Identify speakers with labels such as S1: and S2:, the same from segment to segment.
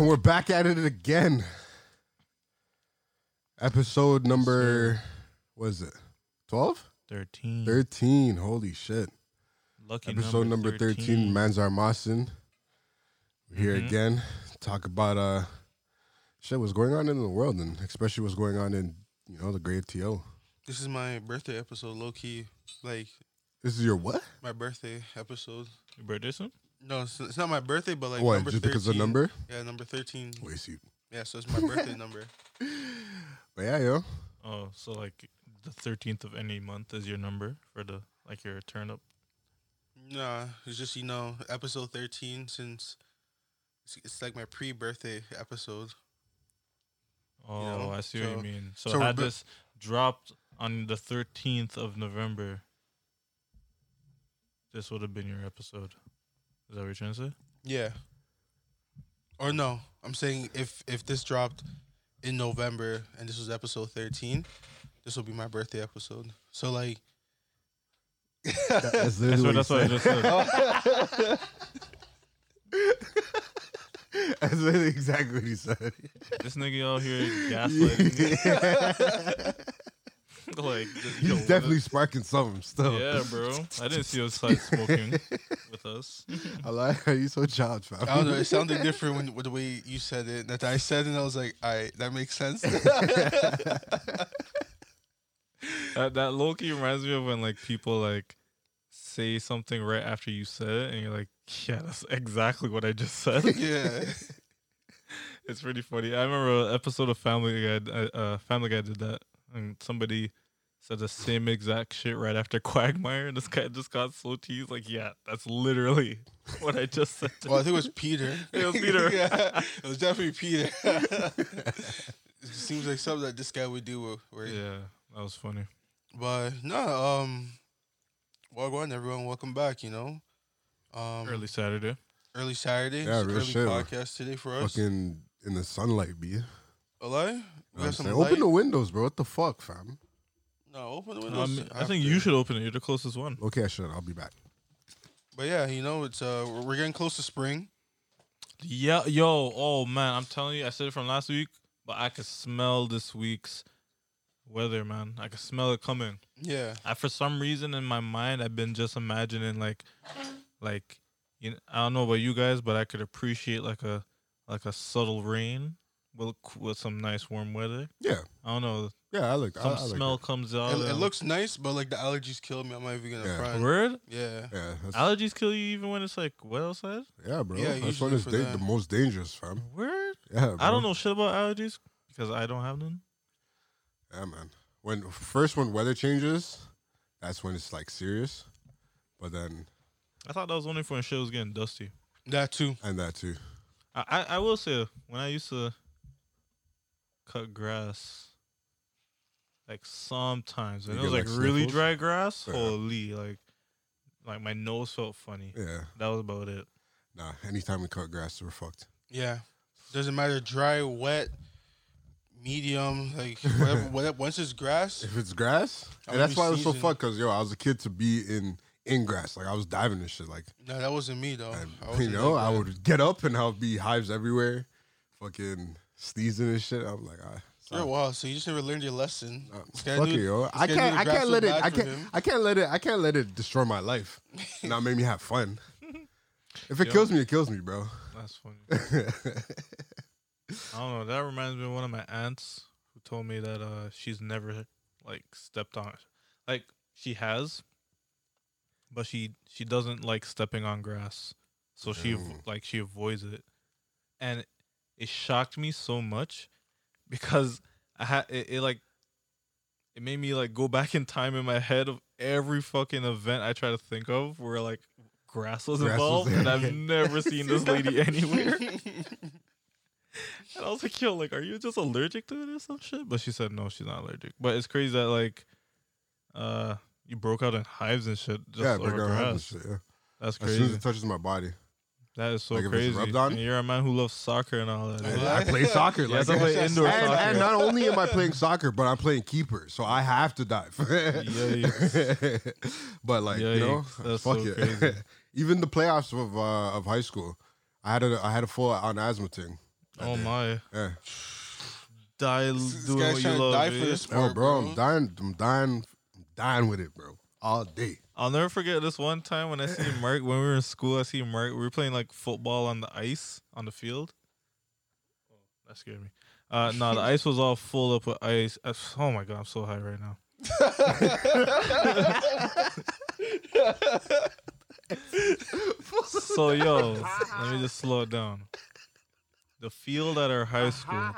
S1: we're back at it again. Episode number, what is it? 12?
S2: 13.
S1: 13. Holy shit.
S2: Lucky
S1: Episode number 13, Manzar Mawson. We're here
S2: Mhm.
S1: again. Talk about uh shit what's going on in the world and especially what's going on in, you know, the great TO.
S3: This is my birthday episode, low key. Like
S1: This is your what?
S3: my birthday episode.
S2: You brought this one?
S3: No, it's, it's not my birthday, but like
S1: what?
S3: number
S1: Just because of the
S3: 13.
S1: number?
S3: Yeah, number thirteen.
S1: Wait, see.
S3: Yeah, so it's my birthday number.
S1: But yeah, yo.
S2: Oh, so like the 13th of any month is your number for the, like your turn up.
S3: Nah, it's just you know episode thirteen since it's, it's like my pre-birthday episode.
S2: Oh,
S3: know,
S2: I see what
S3: so-
S2: you mean. So,
S3: so
S2: had
S3: rebe-
S2: this dropped on the 13th of November, this would have been your episode. Is that what you're trying to say?
S3: Yeah. Or no, I'm saying if if this dropped in November and this was episode thirteen, this will be my birthday episode. So like.
S1: That- that's
S2: That's
S1: literally
S2: what, that's what
S1: you
S2: I just said.
S1: said. That's literally exactly what he said.
S2: This nigga out here gaslighting. me. like, just, yo,
S1: He's
S2: what
S1: definitely
S2: is-
S1: sparking something still.
S2: Yeah, bro. I didn't see outside smoking with us.
S1: I like how you so child, fam.
S3: I don't know. It sounded different when, with the way you said it. That I said, it, and I was like, "All right, that makes sense."
S2: That Uh, that low key reminds me of when like people like say something right after you said it, and you're like, yeah, that's exactly what I just said.
S3: yeah,
S2: it's pretty funny. I remember an episode of Family Guy. Uh, uh, Family Guy did that, and somebody said the same exact shit right after Quagmire, and this guy just got so teased. Like, yeah, that's literally what I just said. to
S3: well, I think it was Peter.
S2: It was Peter.
S3: yeah, it was definitely Peter. it seems like something that this guy would do. uh,
S2: you."
S3: Right?
S2: yeah, that was funny.
S3: But no, um, Wagwan, everyone, welcome back. You know, um,
S2: Early Saturday.
S3: early Saturday.
S1: Yeah,
S3: it's an
S1: real
S3: early
S1: shit.
S3: podcast today for us.
S1: Fucking in the sunlight, B. You know
S3: Hello,
S1: what
S3: we
S1: I'm
S3: have some
S1: saying? Open
S3: light.
S1: the windows, bro. What the fuck, fam?
S3: no, open the windows.
S2: Um, I think
S3: after.
S2: you should open it. You're the closest one.
S1: Okay, I should. I'll be back.
S3: But yeah, you know, it's uh, we're- we're getting close to spring.
S2: Yeah, yo, oh man, I'm telling you, I said it from last week, but I could smell this week's weather, man. I could smell it coming.
S3: Yeah.
S2: I for some reason in my mind, I've been just imagining like, like, you know, I don't know about you guys, but I could appreciate like a like a subtle rain with with some nice warm weather.
S1: Yeah.
S2: I don't know,
S1: Yeah, I like I,
S2: some
S1: I like
S2: smell comes out.
S3: it, it
S2: and-
S3: looks nice, but like the allergies kill me. I'm not even gonna
S1: Yeah.
S3: front.
S2: weird.
S3: Yeah.
S1: it. Yeah, that's,
S2: Allergies kill you even when it's like wet outside.
S1: yeah, bro.
S3: Yeah,
S1: that's what
S3: usually
S1: is
S3: for
S1: da-
S3: that.
S1: the most dangerous, fam.
S3: Mm-hmm.
S2: Weird.
S1: Yeah, bro.
S2: I don't know shit about allergies because I don't have them.
S1: Yeah, man. When first when weather changes, that's when it's like serious. But then
S2: I thought that was only for when shit was getting dusty.
S3: That too.
S1: and that too.
S2: I, I, I will say when I used to cut grass, like sometimes and
S1: You
S2: it was
S1: get,
S2: like,
S1: like,
S2: really
S1: sniffles?
S2: dry grass,
S1: Yeah.
S2: holy like like my nose felt funny.
S1: Yeah.
S2: That was about it.
S1: Nah. Anytime we cut grass, we're fucked.
S3: Yeah. Doesn't matter dry, wet, medium, like whatever. whatever once it's grass,
S1: If it's grass,
S3: I
S1: and that's
S3: wouldn't
S1: why I was so
S3: season.
S1: fucked. Cause yo, I was a kid to be in in grass. Like I was diving and shit. Like
S3: no, that wasn't me though.
S1: and,
S3: Oh, I
S1: you
S3: wasn't
S1: know,
S3: like
S1: I
S3: that.
S1: would get up and I'll be hives everywhere, fucking sneezing and shit. I'm like, ah,
S3: You're
S1: sorry.
S3: wild, so you just never learned your lesson.
S1: Uh,
S3: This guy
S1: fuck
S3: knew-
S1: it, yo.
S3: this
S1: I
S3: guy knew
S1: can't.
S3: the
S1: I
S3: grass
S1: can't
S3: was
S1: let it.
S3: bad
S1: I
S3: for
S1: can't.
S3: him.
S1: I can't let it. I can't let it destroy my life. not make me have fun. If it
S2: Yo.
S1: kills me, it kills me, bro.
S2: That's funny. I don't know. That reminds me of one of my aunts who told me that uh she's never like stepped on like she has but she she doesn't like stepping on grass. So she av-
S1: Mm.
S2: like she avoids it. And it shocked me so much because I had it, it like it made me like go back in time in my head of every fucking event I try to think of where like grass was
S1: Grass was
S2: involved
S1: there.
S2: and I've never seen this lady anywhere. And I was like, yo, like, are you just allergic to it or some shit? But she said no, she's not allergic. But it's crazy that like uh you broke out in hives and shit just
S1: yeah,
S2: over
S1: break out hives and
S2: grass.
S1: shit. Yeah.
S2: That's
S1: As soon as
S2: crazy.
S1: it touches my body,
S2: that is so
S1: like, if it's
S2: crazy.
S1: rubbed on?
S2: And you're a man who loves soccer and all that.
S3: Yeah.
S2: eh?
S1: I, I play soccer.
S2: Yeah,
S1: Like,
S2: I play
S1: and,
S2: indoor soccer.
S1: and not only am I playing soccer, but I'm playing keeper, so I have to dive.
S2: Yikes.
S1: but like you know,
S2: Yikes, that's
S1: fuck
S2: so
S1: it.
S2: crazy.
S1: Even the playoffs of uh, of high school, I had a I had a full on asthma thing.
S2: oh my.
S1: Yeah.
S2: Die
S3: This
S2: doing
S3: guy's
S2: what you
S3: trying to
S2: love.
S3: die for
S2: eh?
S3: this
S1: Oh,
S3: sport,
S1: bro, I'm dying. I'm dying. I'm dying with it, bro. All day.
S2: I'll never forget this one time when I see Mark when we were in school. I see Mark. We were playing like football on the ice on the field. Oh, That scared me. Uh, no, the ice was all full up with ice. Uh, Oh my god, I'm so high right now. So yo, let me just slow it down. The field at our high school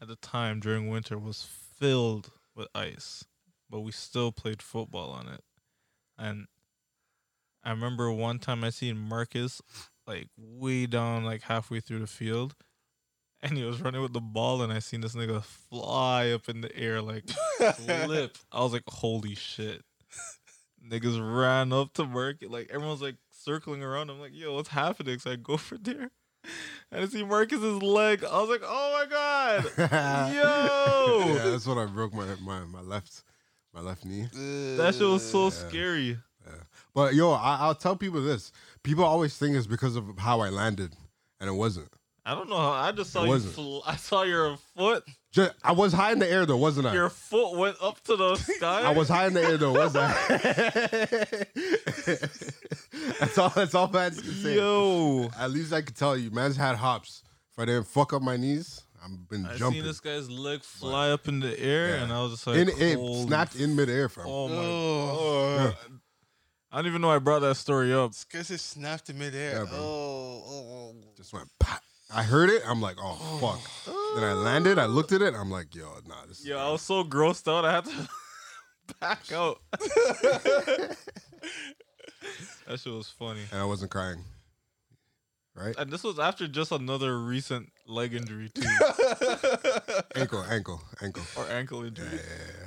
S2: at the time during winter was filled with ice, but we still played football on it. And I remember one time I seen Marcus like way down, like halfway through the field, and he was running with the ball, and I seen this nigga fly up in the air like flip. I was like, holy shit. Niggas ran up to Marcus. Like everyone's like circling around. I'm like, yo, what's happening? So I go for there. And I see Marcus's leg. I was like, oh my God. Yo!
S1: yeah, that's what I broke my, my, my left my left knee.
S2: That shit was so
S1: Yeah.
S2: scary.
S1: But yo, I, I'll tell people this. People always think it's because of how I landed, and it wasn't.
S2: I don't know how. I just saw
S1: It
S2: you.
S1: wasn't.
S2: Fl- I saw your foot.
S1: Just, I was high in the air though, wasn't I?
S2: Your foot went up to the sky.
S1: I was high in the air though, wasn't I? that's all. That's all fans can say.
S2: Yo,
S1: At least I can tell you, man's had hops. If I didn't fuck up my knees, I've been
S2: I
S1: jumping.
S2: seen this guy's leg fly up in the air,
S1: Yeah.
S2: and I was just like,
S1: in it
S2: holy
S1: snapped in midair, fam.
S2: Oh my!
S3: Oh.
S2: God. I don't even know I brought that story up.
S3: Because it snapped in midair.
S1: Yeah, bro.
S3: oh, oh, oh.
S1: Just went. Pop. I heard it. I'm like, oh fuck. Then I landed. I looked at it. I'm like, yo, nah, this.
S2: Yo,
S1: is
S2: I was so grossed out. I had to back out. that shit was funny.
S1: and I wasn't crying. Right?
S2: And this was after just another recent leg injury too,
S1: ankle, ankle, ankle.
S2: or ankle injury.
S1: Yeah, yeah, yeah.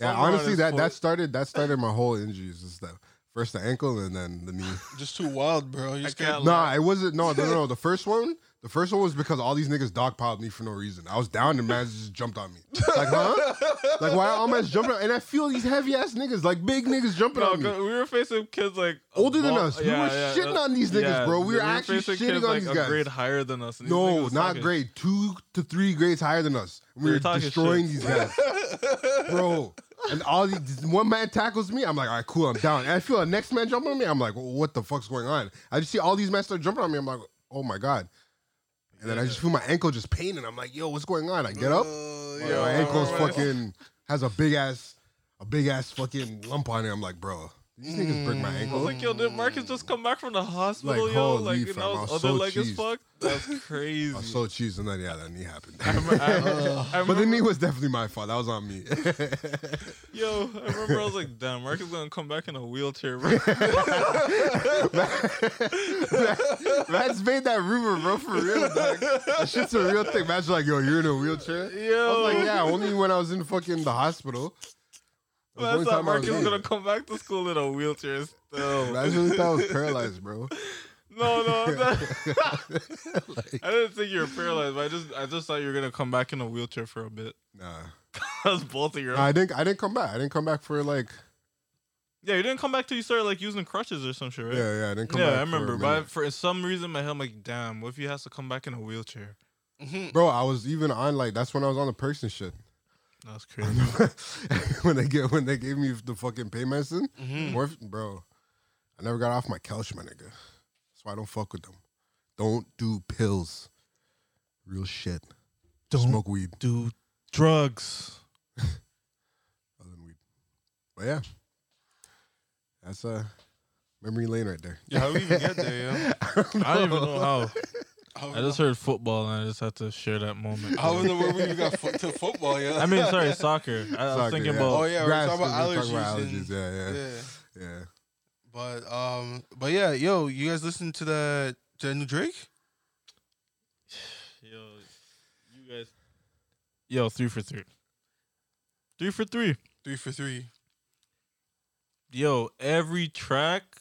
S1: Yeah,
S2: Somewhere on
S1: honestly,
S2: his
S1: that
S2: foot.
S1: that started that started my whole injuries. Is the first the ankle and then the knee.
S3: Just too wild, bro. You
S2: I
S3: just
S2: can't
S3: can't.
S1: nah, it wasn't. No, no, no, no. The first one, the first one was because all these niggas dogpiled me for no reason. I was down and man just jumped on me. Like, huh? Like, why all man's jumping? on- And I feel these heavy ass niggas, like big niggas, jumping
S2: No,
S1: on me.
S2: 'cause we were facing kids like
S1: Older than
S2: above- uh,
S1: us. We were shitting on these niggas, bro. We were actually
S2: facing
S1: shitting
S2: kids,
S1: on
S2: like,
S1: these
S2: a
S1: guys.
S2: grade higher than us. and these niggas
S1: No,
S2: was
S1: not
S2: talking-
S1: grade two to three grades higher than us.
S2: They
S1: We
S2: were
S1: were
S2: talking
S1: destroying
S2: shit.
S1: these guys, bro. And all these, one man tackles me. I'm like, all right, cool, I'm down. And I feel a next man jumping on me. I'm like, what the fuck's going on? I just see all these men start jumping on me. I'm like, oh my god. And then I just feel my ankle just paining. I'm like, yo, what's going on? I get up.
S3: Uh,
S1: My
S3: yo,
S1: my ankle's
S3: alright.
S1: fucking has a big ass, a big ass fucking lump on it. I'm like, bro, these niggas break my
S2: I was
S1: ankle.
S2: like, yo, did Marcus just come back from the hospital,
S1: Like,
S2: yo?
S1: holy
S2: Like, and
S1: fam,
S2: I
S1: I
S2: was
S1: was
S2: other
S1: so
S2: leg as
S1: cheesed.
S2: fuck. That's crazy.
S1: I was so cheesed, and then yeah, that knee happened.
S2: I
S1: but the
S2: remember-
S1: knee was definitely my fault. That was on me.
S2: Yo, I remember I was like, damn, Marcus gonna come back in a wheelchair, bro.
S1: Man's made that rumor, bro, for real. Dog. That shit's a real thing. Man's like, yo, you're in a wheelchair. I
S2: Yo,
S1: was like, yeah, only when I was in fucking the hospital. That was
S2: I
S1: the only
S2: thought
S1: time I was
S2: Marcus was
S1: in.
S2: gonna come back to school in a wheelchair still.
S1: Man's really thought I was paralyzed, bro.
S2: No, no, that- I didn't think you were paralyzed. But I just, I just thought you were gonna come back in a wheelchair for a bit.
S1: Nah.
S2: That was both of your.
S1: Nah, I didn't. I didn't come back. I didn't come back for like.
S2: Yeah, you didn't come back till you started like using crutches or some shit, right?
S1: Yeah, yeah. I didn't come
S2: yeah,
S1: back.
S2: I remember.
S1: For a
S2: But I-
S1: minute.
S2: for some reason, in my head, I'm like, damn, what if he has to come back in a wheelchair?
S3: Mhm.
S1: bro, I was even on like that's when I was on the perks and shit.
S2: That's crazy.
S1: when they get when they gave me the fucking pain medicine,
S3: Mhm.
S1: morph- bro, I never got off my couch, my nigga. That's why I don't fuck with them. Don't do pills. Real shit.
S2: Don't
S1: Smoke weed.
S2: do drugs.
S1: Other than weed. But yeah, that's a memory lane right there.
S3: Yeah, how we even get there, yo?
S2: I don't even know how.
S3: How,
S2: I just heard football and I just had to share that moment.
S3: how in the world we even got fo- to football, yo?
S2: I mean, sorry, soccer. I, I was
S1: Soccer,
S2: thinking
S1: yeah.
S2: about.
S3: Oh, yeah, we're
S1: Grass,
S3: talking about
S1: 'cause we're
S3: allergies.
S1: talking
S3: and-
S1: about allergies. Yeah, yeah,
S3: yeah.
S1: yeah.
S3: But um, but yeah, yo, you guys listen to that to that new Drake?
S2: Yo, you guys. Yo, three for three. Three for three.
S3: Three for three.
S2: Yo, every track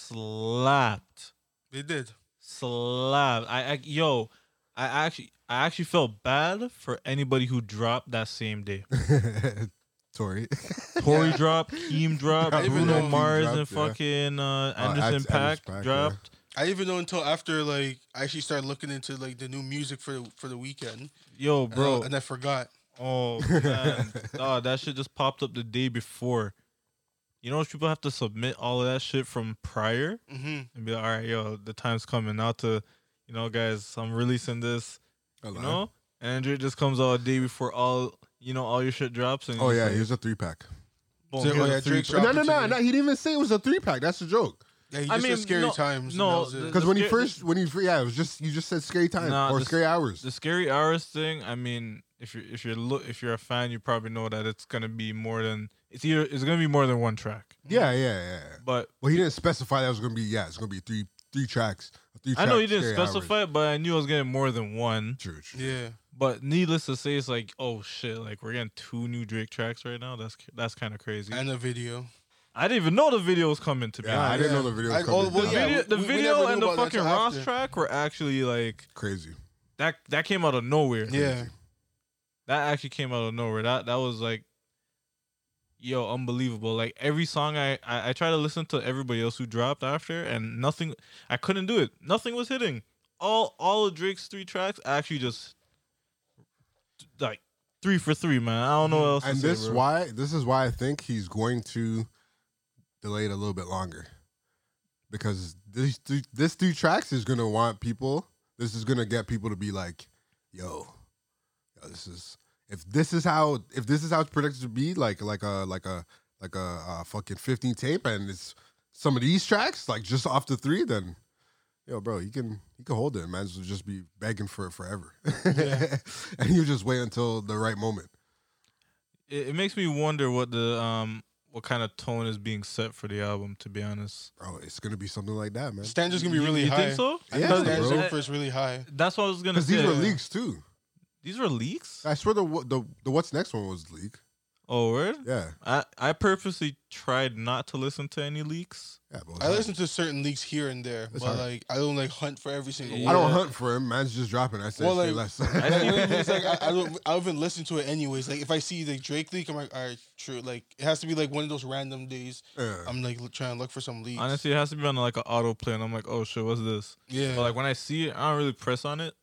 S2: slapped.
S3: They did.
S2: Slap. I, I yo, I actually I actually felt bad for anybody who dropped that same day.
S1: Tori.
S2: Tory dropped, Keem dropped,
S1: Even
S2: Bruno
S3: though-
S2: Mars
S1: Keem
S2: and
S1: dropped,
S2: fucking uh,
S1: Oh,
S2: Anderson
S1: Anderson
S2: Pack
S1: Paak, yeah.
S2: dropped.
S3: I didn't even know until after like I actually started looking into like the new music for the for the weekend,
S1: Oh,
S2: Yo,
S3: And I-
S2: bro.
S3: and I forgot.
S2: Oh man, Dawg, that shit just popped up the day before. You know, what people have to submit all of that shit from prior
S3: hmm
S2: and be like, "All right, yo, the time's coming now to, you know, guys, I'm releasing this."
S1: Hello.
S2: You know, and it just comes out a day before all you know all your shit drops. And
S1: Oh
S2: you're
S1: yeah,
S2: just
S1: here's a three pack.
S2: like, boom,
S3: So, oh,
S2: here's a
S3: yeah,
S2: three-
S3: Drake's Drop
S1: No,
S3: it
S1: no,
S3: to
S1: no,
S3: me.
S1: no. He didn't even say it was a three pack. That's the joke.
S3: Yeah, you
S2: I
S3: just
S2: mean,
S3: said scary
S2: no-
S3: times. and
S2: no,
S3: that was it.
S1: Because when you
S2: The scary-
S1: first, when you fir- yeah, it was just you just said scary time
S2: Nah,
S1: or
S2: the-
S1: scary hours.
S2: The scary hours thing. I mean, if you're if you're look if you're a fan, you probably know that it's gonna be more than it's either it's gonna be more than one track.
S1: yeah, yeah, yeah. yeah.
S2: But
S1: Well, he didn't specify that it was gonna be. Yeah, it's gonna be three three tracks. Three
S2: I know
S1: track
S2: you didn't
S1: scary hours.
S2: specify it, but I knew I was getting more than one.
S1: True, true.
S3: yeah,
S2: But needless to say, it's like, oh shit, like we're getting two new Drake tracks right now. That's that's kind of crazy.
S3: and a video.
S2: I didn't even know the video was coming to be
S1: Yeah, I
S2: honest.
S1: didn't know the video was
S3: I- oh,
S1: coming.
S3: well,
S2: The
S3: yeah,
S2: video, the
S3: we- we
S2: video
S3: never knew
S2: and the
S3: about that
S2: fucking
S3: till
S2: Ross
S3: after.
S2: track were actually like
S1: Crazy.
S2: that. That came out of nowhere.
S3: Yeah,
S2: That actually came out of nowhere. That that was like, yo, unbelievable. Like every song I I, I try to listen to everybody else who dropped after, and nothing. I couldn't do it. Nothing was hitting. All all of Drake's three tracks actually just like three for three, man. I don't know what else. to
S1: Mm-hmm. and
S2: say,
S1: this
S2: bro.
S1: why this is why I think he's going to delay it a little bit longer because this th- this three tracks is gonna want people. This is gonna get people to be like, "Yo, yo, this is if this is how if this is how it's predicted to be like like a like a like a, uh fucking fifteen tape and it's some of these tracks like just off the three then." Yo, bro, you can you can hold it. Man, as well just be begging for it forever, and you just wait until the right moment.
S2: it, it makes me wonder what the um what kind of tone is being set for the album. To be honest,
S1: Bro, it's gonna be something like that, man.
S3: standards gonna be
S2: You-
S3: really
S2: you
S3: high.
S2: think so?
S3: I think
S1: Yeah,
S3: standards
S1: bro.
S3: going for is really high.
S2: That's what I was gonna
S1: Because
S2: say.
S1: these were
S3: Yeah.
S1: leaks too.
S2: These were leaks.
S1: I swear the wha- the the what's next one was leak.
S2: Oh, word.
S1: Yeah,
S2: I I purposely tried not to listen to any leaks.
S1: yeah. But
S3: I listen to certain leaks here and there,
S1: It's
S3: but
S1: hard.
S3: like I don't like hunt for every single
S2: Yeah.
S1: I
S3: one.
S1: don't hunt for him. Man's just dropping. I say
S3: Well,
S1: say
S3: like-
S1: less.
S2: I
S3: Like,
S2: see-
S3: what I mean is, like, I, I don't. I don't even listen to it anyways. Like if I see like Drake leak, I'm like, all right, true. Like it has to be like one of those random days.
S1: Yeah.
S3: I'm like l- trying to look for some leaks.
S2: Honestly, it has to be on like an autoplay, and I'm like, oh shit, what's this?
S3: yeah.
S2: But like when I see it, I don't really press on it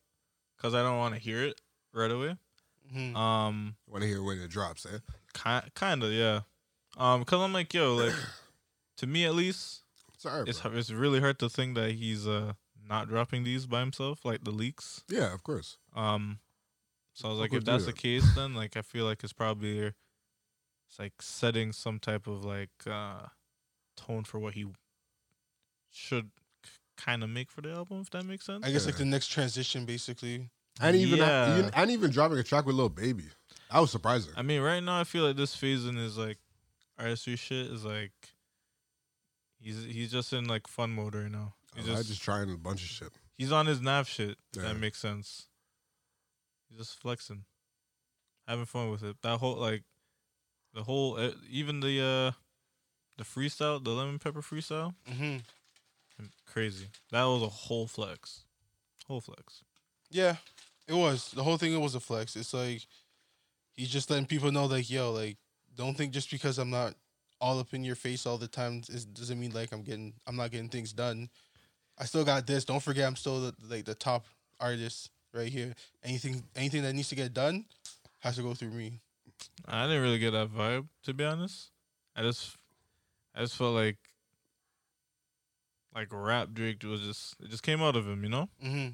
S2: because I don't want to hear it right away.
S3: Mhm.
S2: Um,
S1: Want to hear when it drops? Eh?
S2: ki- kind of yeah. Um, cause I'm like, yo, like to me at least,
S1: Sorry,
S2: it's
S1: bro.
S2: it's really hard to think that he's uh not dropping these by himself, like the leaks.
S1: Yeah, of course.
S2: Um, so I was
S1: How
S2: like,
S1: could
S2: if
S1: do
S2: that's the
S1: that?
S2: case, then like I feel like it's probably it's like setting some type of like uh tone for what he should kind of make for the album, if that makes sense.
S3: I guess like the next transition, basically.
S1: And even,
S2: Yeah.
S1: even and even dropping a track with Lil Baby, that was surprising.
S2: I mean, right now I feel like this phasing is like artistry shit is like he's he's just in like fun mode right now.
S1: I
S2: He's
S1: just,
S2: just,
S1: trying a bunch of shit.
S2: he's on his nav shit. if
S1: Yeah.
S2: That makes sense. He's just flexing, having fun with it. That whole like the whole uh, even the uh the freestyle, the lemon pepper freestyle, mm,
S3: hmm
S2: crazy. That was a whole flex, whole flex.
S3: Yeah, it was the whole thing. It was a flex. It's like he's just letting people know, like, yo, like, don't think just because I'm not all up in your face all the time is, doesn't mean like I'm getting, I'm not getting things done. I still got this. Don't forget, I'm still the, like the top artist right here. Anything, anything that needs to get done has to go through me.
S2: I didn't really get that vibe, to be honest. I just, I just felt like, like rap Drake was just, it just came out of him, you know.
S3: Mm-hmm.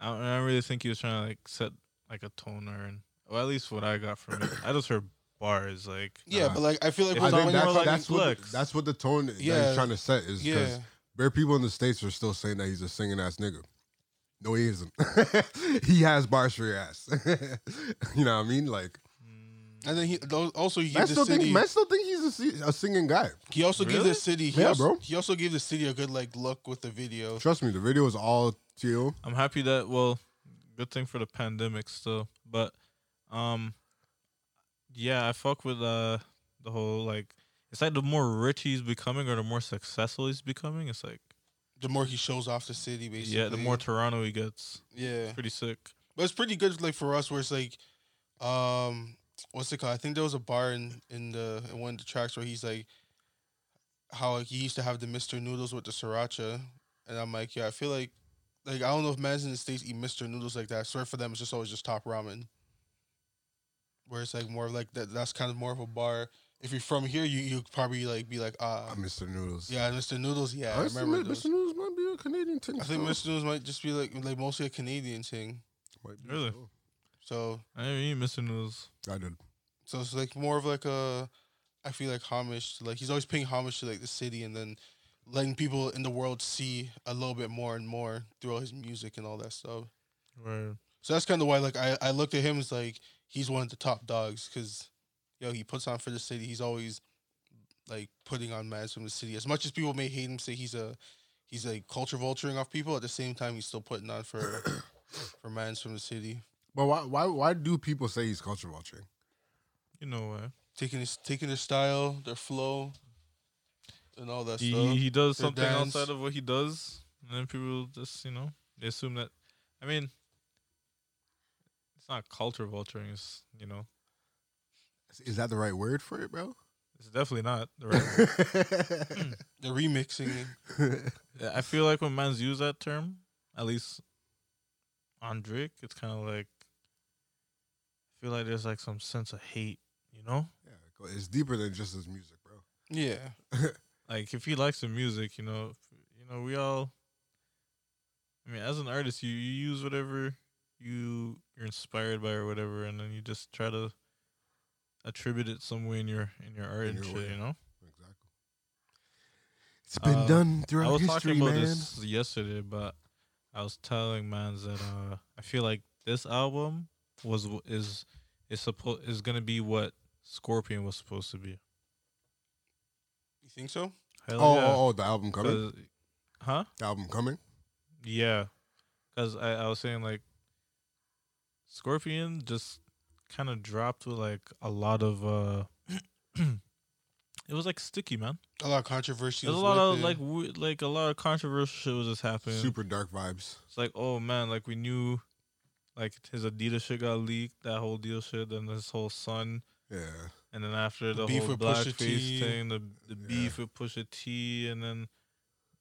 S2: I, don't- I don't really think he was trying to like set like a tone or, an, well, at least what I got from it. I just heard bars, like,
S3: Yeah,
S1: Nah.
S3: but like I feel like
S2: If
S1: I
S3: when-
S2: it's
S1: think
S2: on more
S3: when-
S1: that's,
S2: like
S1: that's
S2: he
S1: what
S2: flex.
S1: that's what the tone that
S3: Yeah.
S1: he's trying to set is.
S3: yeah,
S1: because Bare people in the states are still saying that he's a singing ass nigga. No, he isn't. he has bars for your ass. you know what I mean? Like,
S2: mm,
S3: and then he tho- also he
S1: I
S3: gave the
S1: still think
S3: city.
S1: man still think he's a, si- a singing guy.
S3: he also gave
S2: Really?
S3: the city. He
S1: Yeah,
S3: also,
S1: bro.
S3: He also gave the city a good like look with the video.
S1: Trust me, the video is all teal.
S2: I'm happy that. Well, good thing for the pandemic still, but, um, yeah, I fuck with uh the whole like. It's like the more rich he's becoming or the more successful he's becoming, it's like
S3: The more he shows off the city, basically.
S2: yeah, the more Toronto he gets.
S3: yeah.
S2: Pretty sick.
S3: But it's pretty good, like for us, where it's like, um, what's it called? I think there was a bar in in the in one of the tracks where he's like, how like, he used to have the Mister Noodles with the sriracha, and I'm like, yeah, I feel like, like I don't know if mans in the states eat Mister noodles like that. I swear for them, it's just always just top ramen, where it's like more of like that. That's kind of more of a bar. If you're from here, you you probably like be like, ah,
S1: Uh, Mr. Noodles.
S3: yeah, Mister Noodles, yeah, I
S1: I
S3: remember
S1: remember
S3: those.
S1: Mr. Noodles might be a Canadian thing.
S3: I think Mister Noodles might just be like like mostly a Canadian thing.
S1: Might be
S2: Really?
S1: so.
S3: So
S2: I didn't eat Mr. Noodles.
S1: I did.
S3: So it's like more of like a, I feel like homage. To like he's always paying homage to like the city and then letting people in the world see a little bit more and more through all his music and all that stuff.
S2: Where
S3: So that's kind of why like I I looked at him as like he's one of the top dogs because, yo, he puts on for the city. He's always like putting on mads from the city. As much as people may hate him, say he's a he's like culture vulturing off people. At the same time, he's still putting on for for mads from the city,
S1: But why, why, why do people say he's culture vulturing?
S2: you know where
S3: taking his taking their style, their flow. And all that
S2: he,
S3: stuff.
S2: he does
S3: their
S2: something
S3: dance.
S2: outside of what he does, and then people just you know they assume that. I mean, it's not culture vulturing. It's you know,
S1: Is that the right word for it, bro?
S2: it's definitely not the right Hmm.
S3: The remixing.
S2: Yeah, I feel like when man's use that term, at least on Drake, it's kind of like I feel like there's like some sense of hate, you know?
S1: Yeah, go- it's deeper than just his music, bro.
S3: Yeah.
S2: Like if he likes the music, you know, if- you know, we all. I mean, as an artist, you, you use whatever you you're inspired by or whatever, and then you just try to attribute it some way in your in your art
S1: In
S2: and
S1: your
S2: shit,
S1: way.
S2: you know.
S1: Exactly. It's been
S2: Uh,
S1: done
S2: I
S1: throughout
S2: was
S1: history,
S2: talking about
S1: man.
S2: this yesterday, but I was telling mans that uh, I feel like this album was w- is is supposed is gonna be what Scorpion was supposed to be.
S3: You think so?
S2: Hell
S1: Oh,
S2: yeah.
S1: oh, oh, the album coming.
S2: 'Cause- huh?
S1: The album coming.
S2: Yeah, because I, I was saying like Scorpion just kind of dropped with like a lot of uh, it was like sticky man.
S3: A lot of controversy.
S2: There's a
S3: was
S2: lot
S3: with
S2: of
S3: it.
S2: like w- like a lot of controversial shit was just happening.
S1: Super dark vibes.
S2: It's like, oh man, like we knew, like his Adidas shit got leaked, that whole deal shit, then this whole Sun,
S1: Yeah.
S2: and then after the,
S3: beef
S2: whole
S3: with Pusha
S2: blackface
S3: T.
S2: thing, the the
S1: Yeah.
S2: beef with Pusha T, and then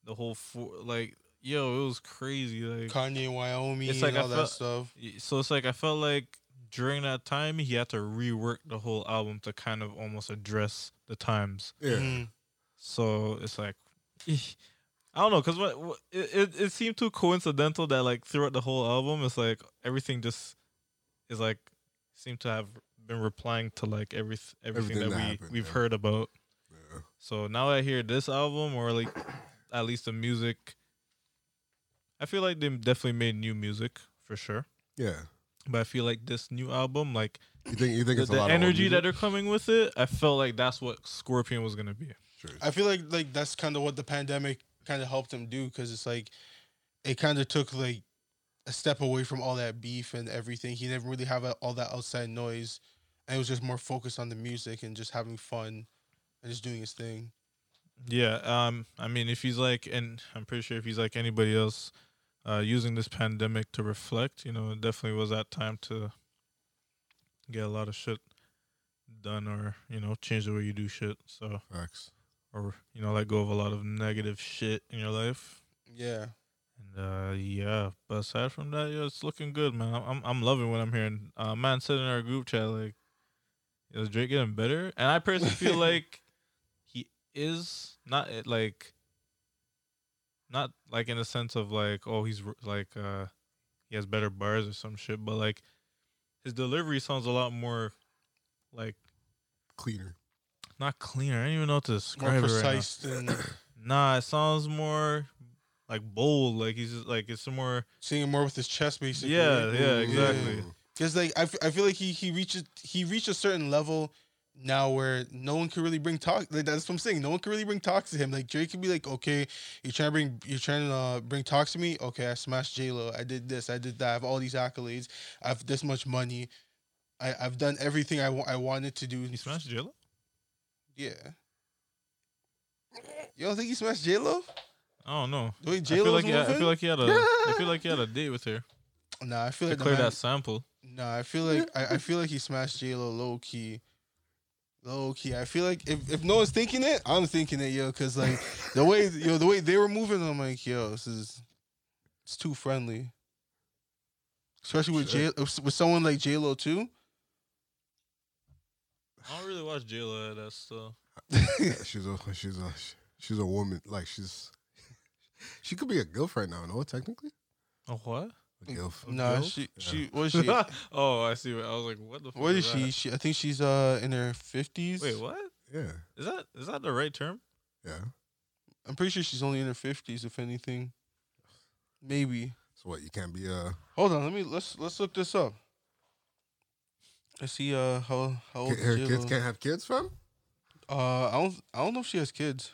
S2: the whole four, like, yo, it was crazy, like.
S3: Kanye in Wyoming
S2: It's like
S3: and
S2: I
S3: all that
S2: felt-
S3: stuff.
S2: y- so it's like I felt like during that time he had to rework the whole album to kind of almost address the times.
S1: Yeah.
S3: Mhm.
S2: So it's like, eh, I don't know, cause what, what it, it it seemed too coincidental that like throughout the whole album, it's like everything just is like seemed to have been replying to like every everything,
S1: Everything
S2: that,
S1: that
S2: we
S1: happened,
S2: we've
S1: yeah.
S2: heard about. Mm-hmm.
S1: yeah.
S2: So now I hear this album, or like at least the music. I feel like they definitely made new music for sure,
S1: Yeah.
S2: but I feel like this new album, like
S1: You think you think
S2: the,
S1: it's a
S2: the
S1: lot
S2: energy
S1: of
S2: that are coming with it, I felt like that's what Scorpion was gonna be.
S1: that
S3: I feel like like that's kind of what the pandemic kind of helped him do because it's like it kind of took like a step away from all that beef and everything. He didn't really have a, all that outside noise, and it was just more focused on the music and just having fun and just doing his thing.
S2: Yeah, um, I mean, if he's like, and I'm pretty sure if he's like anybody else, uh, using this pandemic to reflect, you know, it definitely was that time to get a lot of shit done, or you know, change the way you do shit. So,
S1: facts.
S2: or you know, let go of a lot of negative shit in your life.
S3: Yeah,
S2: And uh, yeah, but aside from that, yeah, it's looking good, man. I'm- I'm I'm loving what I'm hearing. Uh, man said in our group chat like, is Drake getting better? And I personally feel like he is not it, like, not like in the sense of like, oh, he's r- like uh, he has better bars or some shit, but like his delivery sounds a lot more like
S1: Cleaner.
S2: not cleaner. I don't even know how to
S3: more
S2: describe it right now.
S3: precise than
S2: Nah, it sounds more like bold. Like he's just like it's more.
S3: singing more with his chest, basically.
S2: Yeah, yeah,
S1: Ooh.
S2: exactly.
S1: Mm.
S3: Because like I, f- I feel like he he reaches he reached a certain level now where no one can really bring talk. Like that's what I'm saying. No one can really bring talks to him. Like Drake can be like, okay, you're trying to bring you're trying to uh, bring talks to me. Okay, I smashed J Lo. I did this. I did that. I have all these accolades. I have this much money. I I've done everything I wa- I wanted to do.
S2: You smashed Jello?
S3: Yeah. You don't think he smashed J Lo?
S2: I don't know.
S3: The way
S2: I
S3: J
S2: feel,
S3: Lo's
S2: like he, I
S3: moving.
S2: feel like he had a. I feel like he had a date with her
S3: nah, I feel
S2: to
S3: like the
S2: clear
S3: man-
S2: that sample.
S3: Nah, I feel like I, I feel like he smashed J Lo low key. Low key, I feel like if, if no one's thinking it, I'm thinking it, yo. Cause like the way yo the way they were moving, I'm like, yo, this is it's too friendly. Especially with J
S2: Sure.
S3: with someone like J Lo too.
S2: I don't really watch Jayla that stuff.
S1: Yeah, she's a she's a she's a woman. Like she's she could be a gilf right now. No, technically
S2: A what?
S1: a gilf. A
S3: Nah,
S1: gilf?
S3: she
S1: Yeah.
S3: she what is she?
S2: oh, I see. What, I was like, what the? Fuck
S3: what is
S2: that?
S3: she? She I think she's uh in her fifties.
S2: Wait, what?
S1: Yeah,
S2: Is that is that the right term?
S1: yeah.
S3: I'm pretty sure she's only in her fifties, if anything. Maybe.
S1: So what? You can't be uh, a
S3: Hold on, let me let's let's look this up. I see uh how how old
S1: her
S3: is
S1: kids
S3: J-Lo.
S1: can't have kids, fam.
S3: Uh, I don't. I don't know if she has kids.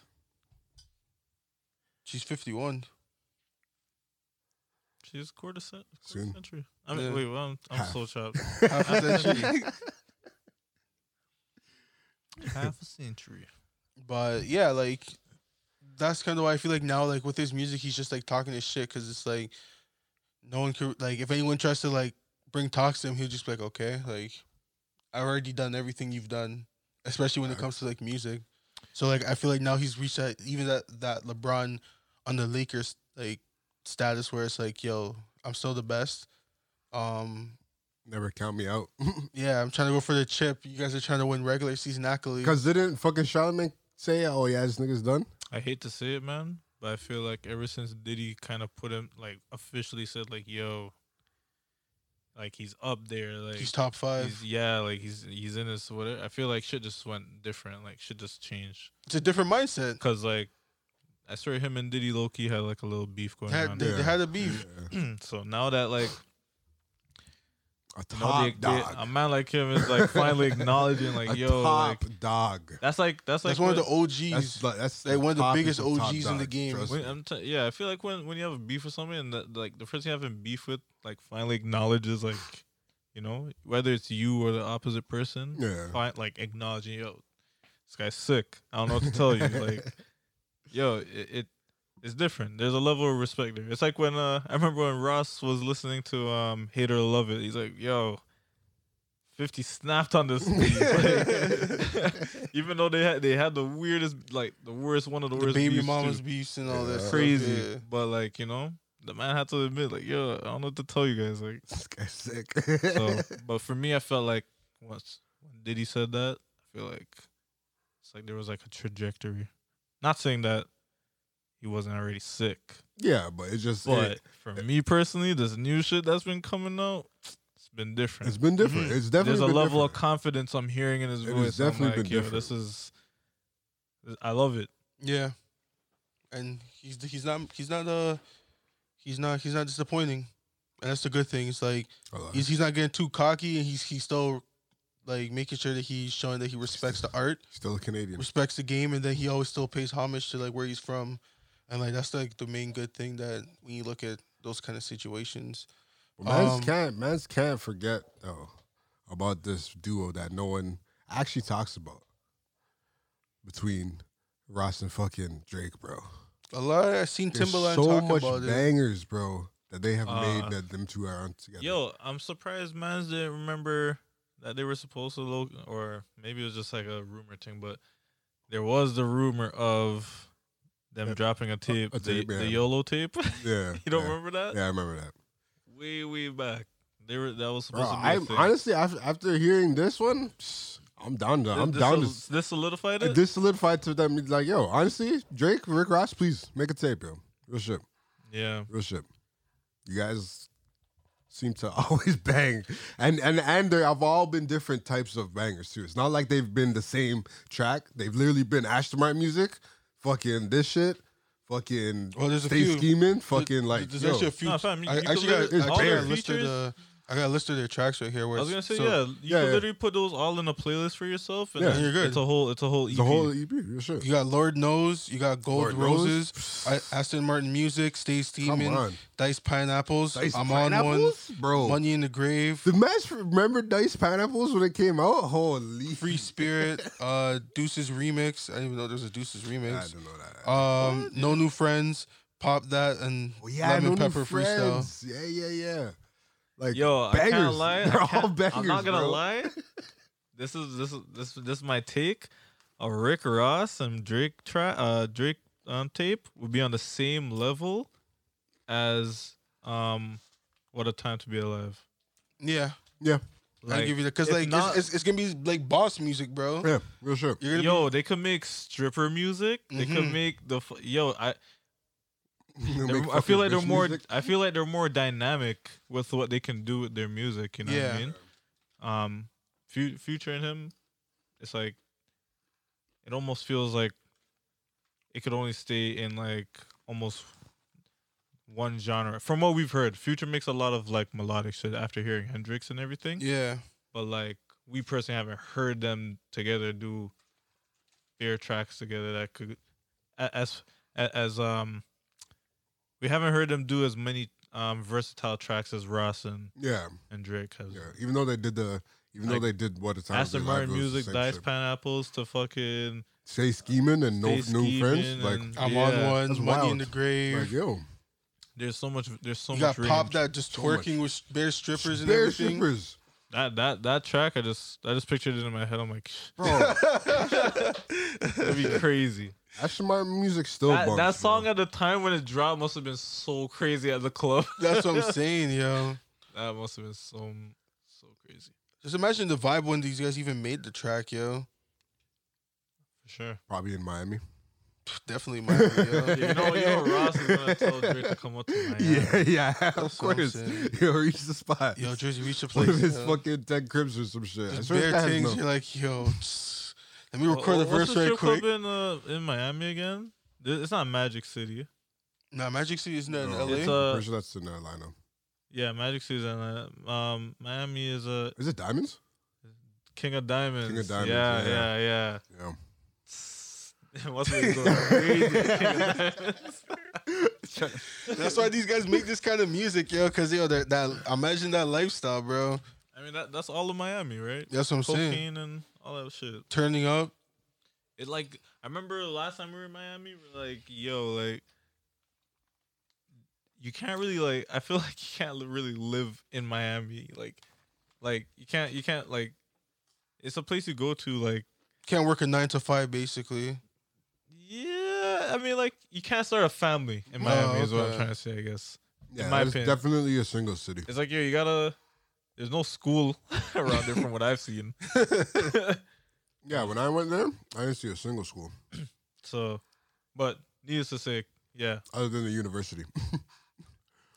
S3: She's fifty-one.
S2: She's quarter, cent- quarter
S1: Soon.
S2: century. I mean,
S3: Yeah.
S2: wait, well, I'm, I'm
S1: Half.
S2: so chopped.
S3: Half a century.
S2: Half a century.
S3: But yeah, like that's kind of why I feel like now, like with his music, he's just like talking his shit because it's like no one could like if anyone tries to like bring talks to him, he'll just be like, okay, like I've already done everything you've done, especially when it comes to like music. So like I feel like now he's reached that even that that LeBron on the Lakers like status where it's like, yo, I'm still the best. Um,
S1: Never count me out.
S3: Yeah, I'm trying to go for the chip. You guys are trying to win regular season accolades.
S1: Cause didn't fucking Charlamagne say, "Oh yeah, this nigga's done."
S2: I hate to say it, man, but I feel like ever since Diddy kind of put him like officially said like, "Yo," like he's up there, like
S3: He's top five.
S2: he's- yeah, like he's he's in this whatever. I feel like shit just went different, like shit just changed.
S3: it's a different mindset.
S2: Cause like I swear him and Diddy low key had like a little beef going
S3: Had,
S2: on.
S3: they, they
S1: Yeah.
S3: had a beef.
S2: so now that like
S1: A
S2: you
S1: top
S2: know, they- they-
S1: dog.
S2: a man like him is like finally acknowledging like,
S1: a
S2: yo,
S1: top
S2: like
S1: dog.
S2: that's like that's like
S3: That's one of
S2: what-
S3: the OGs.
S1: That's like that's
S3: like one of the
S1: top
S3: biggest
S1: is top
S3: OGs in the
S1: dog,
S3: game.
S1: trust
S2: When,
S1: me.
S2: I'm t- yeah, I feel like when, when you have a beef with somebody and that, like the person you have a beef with like finally acknowledges like you know whether it's you or the opposite person,
S1: Yeah.
S2: fi- like acknowledging yo, this guy's sick. I don't know what to tell you. Like yo, it, it it's different. There's a level of respect there. It's like when uh I remember when Ross was listening to um Hate or Love It. He's like yo. 50 snapped on this piece. Like, even though they had they had the weirdest like the worst one of the
S3: The
S2: worst
S3: baby
S2: beefs, too
S3: mama's beefs and all
S1: Yeah.
S3: that. stuff,
S2: crazy.
S3: yeah.
S2: But like, you know, the man had to admit, like, yo, I don't know what to tell you guys. Like
S1: This guy's sick.
S2: so but for me I felt like once when Diddy said that, I feel like it's like there was like a trajectory. Not saying that he wasn't already sick.
S1: yeah, but it's just
S2: But
S1: it,
S2: for me personally, this new shit that's been coming out, it's been different.
S1: has been different. It's definitely
S2: Mm-hmm. There's a
S1: been
S2: level of
S1: different.
S2: confidence I'm hearing in his
S1: It has
S2: voice. I'm
S1: definitely
S2: like,
S1: been
S2: yo,
S1: different.
S2: this is I love it.
S3: Yeah, and he's he's not he's not uh he's not he's not disappointing, and that's the good thing. It's like
S1: Hold on.
S3: he's he's not getting too cocky, and he's he's still like making sure that he's showing that he respects the art.
S1: Still a Canadian.
S3: respects the game and then he always still pays homage to like where he's from and like that's like the main good thing that when you look at those kind of situations
S1: Mans
S3: Um,
S1: can't mans can't forget though about this duo that no one actually talks about between Ross and fucking Drake, bro.
S3: a lot i seen
S1: There's
S3: timbaland
S1: so
S3: talk
S1: much
S3: about it
S1: bangers, bro, that they have
S2: Uh,
S1: made that them two are on together.
S2: Yo, I'm surprised Mans didn't remember that they were supposed to look, or maybe it was just like a rumor thing, but there was the rumor of them
S1: Yeah.
S2: dropping a tape,
S1: a tape,
S2: the, the
S1: yeah.
S2: YOLO tape.
S1: yeah,
S2: you don't
S1: yeah,
S2: remember that?
S1: Yeah, I remember that.
S2: Way, way back. They were that was
S1: Bro,
S2: supposed to be. a
S1: I'm
S2: thing.
S1: honestly after, after hearing this one, psh, I'm down to.
S2: Th-
S1: I'm
S2: this
S1: down
S2: sol-
S1: to.
S2: This solidified it.
S1: This solidified to them. Like, yo, honestly, Drake, Rick Ross, please make a tape, yo. Real shit.
S2: yeah,
S1: Real shit. You guys seem to always bang, and and and they have all been different types of bangers too. It's not like they've been the same track. They've literally been Ashton Martin music, fucking this shit, fucking
S3: well there's a
S1: stay
S3: few
S1: scheming, fucking like
S3: there's
S1: yo,
S3: actually a few
S2: Nah, fam, you-
S3: i
S2: you can
S3: actually got,
S2: literally-
S3: I
S1: all
S3: actually
S1: their
S3: got listed
S2: features-
S3: uh, i got listed their tracks right here where
S2: I was gonna
S3: it's-
S2: say
S3: so-
S2: yeah.
S1: yeah,
S2: You can
S1: yeah.
S2: literally put those all in a playlist for yourself, and
S1: Yeah.
S2: then
S3: You're good.
S2: it's a whole, it's a whole E EP.
S1: the whole
S3: E
S1: EP. Real shit.
S3: you got lord knows you got gold
S1: Lord knows.
S3: roses I, aston martin music stay
S1: Come
S3: steaming
S1: on,
S3: dice pineapples
S1: Dice
S3: i'm on one
S1: Pineapples? Oh. bro.
S3: money in the grave
S1: The match, remember Dice Pineapples when it came out? Holy.
S3: Free Spirit, uh, Deuces remix. I didn't even know there was a Deuces
S1: I
S3: remix.
S1: don't know that.
S3: Um, no new friends. Pop that and
S1: Oh, yeah,
S3: lemon
S1: no new
S3: pepper freestyle.
S1: friends. Yeah, yeah, yeah. Like,
S2: Yo, I
S1: bangers.
S2: can't lie. I
S1: They're all
S2: can't-
S1: bangers.
S2: I'm not gonna
S1: bro.
S2: lie. This is this is this this is my take. A Rick Ross and Drake tra- uh Drake um tape would be on the same level as um what a time to be alive.
S3: Yeah,
S2: Like,
S3: I give you that because
S2: if
S3: like
S2: not-
S3: it's, it's, it's gonna be like boss music, bro.
S1: Yeah, real sure.
S3: You're gonna be-
S2: yo, they could make stripper music. They could
S1: Mm-hmm.
S3: Mhm.
S2: make the f- yo. I they're- I feel like they're more. I feel like they're more dynamic with what they can do with their music. You know what I
S3: Yeah.
S2: mean? Um, Fu- future in him, it's like it almost feels like it could only stay in like almost one genre. From what we've heard, Future makes a lot of like melodic shit after hearing Hendrix and everything.
S3: yeah,
S2: But like we personally haven't heard them together do their tracks together that could a- as a- as um we haven't heard them do as many um versatile tracks as Ross and,
S1: Yeah,
S2: and Drake has.
S1: yeah. Even though they did the, even
S2: Like,
S1: though they did what it's
S2: Aston Martin music, Dice Pineapples to fucking
S1: Say scheming and no
S2: Stay
S1: new friends.
S2: Scheming
S1: Like,
S2: and-
S3: I'm
S2: yeah.
S3: on ones,
S1: That's
S3: money
S1: wild.
S3: in the grave.
S1: like yo,
S2: There's so much. There's so
S3: you
S2: much
S3: got
S2: range.
S3: pop that just
S1: So much.
S3: twerking with bare strippers and
S1: Bear
S3: everything.
S1: shippers.
S2: That that that track. I just I just pictured it in my head. I'm like,
S1: bro.
S2: that'd be crazy.
S1: Aston Martin music still
S2: that,
S1: bumps,
S2: that
S1: bro.
S2: song at the time when it dropped must have been so crazy at the club.
S3: That's what I'm saying, yo.
S2: That must have been so so crazy.
S3: Just imagine the vibe when these guys even made the track, yo.
S2: For sure.
S1: probably in Miami.
S3: Definitely Miami, yo.
S2: You know, you know Ross is gonna tell Drake to come up to Miami.
S1: Yeah, yeah, of
S3: That's what I'm
S1: course.
S3: saying.
S1: Yo, reach the spot.
S3: Yo, Jersey, reach the
S1: One
S3: place.
S1: of his
S3: yo.
S1: fucking ten cribs or some shit. I
S3: Just
S1: swear to
S3: bare
S1: God,
S3: things.
S1: no.
S3: You're like, yo, psst, let me
S2: Oh,
S3: record the
S2: oh, what's
S3: verse
S2: the
S3: right
S2: strip
S3: quick.
S2: Club in, uh, in Miami again. Th- It's not Magic City.
S3: Nah, Magic City isn't that in
S1: No,
S3: LA.
S2: It's, uh,
S1: I'm pretty sure that's in Atlanta.
S2: Yeah, Magic City's in uh, um Miami is a uh,
S1: Is it diamonds?
S2: King of Diamonds.
S1: Diamonds,
S2: Yeah,
S1: yeah.
S2: yeah, yeah.
S1: Yeah.
S2: It must be going crazy. King of Diamonds.
S3: That's why these guys make this kind of music, yo. Cause yo, that, that imagine that lifestyle, bro.
S2: I mean, that, that's all of Miami, right?
S3: That's what I'm saying.
S2: Cocaine and all that shit.
S3: Turning up.
S2: It like I remember the last time we were in Miami, we are like, yo, like you can't really like I feel like you can't li- really live in Miami. Like like you can't you can't like it's a place you go to like
S3: Can't work a nine to five, basically.
S2: yeah, I mean like you can't start a family in Miami is what I'm
S3: okay.
S2: trying to say, I guess.
S1: Yeah,
S2: my
S1: it's
S2: opinion.
S1: definitely a single city.
S2: It's like yo, you gotta there's no school around there from what I've seen.
S1: Yeah, when I went there, I didn't see a single school
S2: so but needless to say, yeah.
S1: other than the university.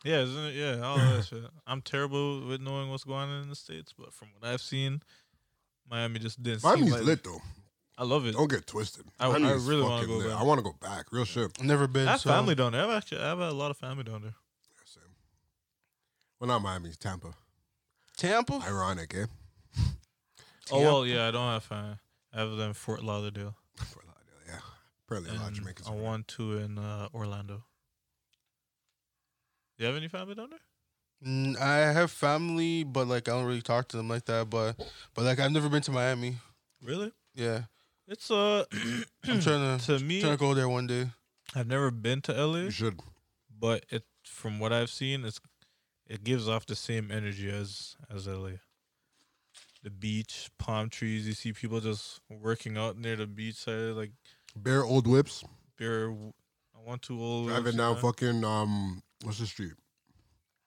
S2: Yeah, isn't it? Yeah, all that shit. I'm terrible with knowing what's going on in the states, but from what I've seen, Miami just didn't. seem
S1: Miami's
S2: like-
S1: lit though.
S2: I love it.
S1: Don't get twisted.
S2: I- I
S1: Miami's
S2: really wanna
S1: fucking
S2: go
S1: lit.
S2: back.
S1: I want to go back. Real shit.
S3: Never
S2: I
S3: been.
S2: have
S3: so.
S2: family down there. I've actually I have a lot of family down there.
S1: Yeah, same. Well, not Miami, Tampa.
S3: Tampa.
S1: Ironic, eh?
S2: Oh well, yeah, I don't have family. I have them in Fort Lauderdale
S1: For a lot of- yeah. Apparently, a lot of
S2: and
S1: Jamaicans.
S2: I
S1: are-
S2: want to in uh, Orlando. You have any family down there?
S3: Mm, I have family, but like I don't really talk to them like that. But but like I've never been to Miami.
S2: Really?
S3: Yeah,
S2: It's uh
S3: I'm trying to
S2: to me.
S3: trying to go there one day.
S2: I've never been to LA.
S1: You should.
S2: but it from what I've seen, it's it gives off the same energy as as LA. The beach, palm trees. You see people just working out near the beach side, like
S1: Bare old whips.
S2: they're. I want to old
S1: Driving down fucking um, what's the street?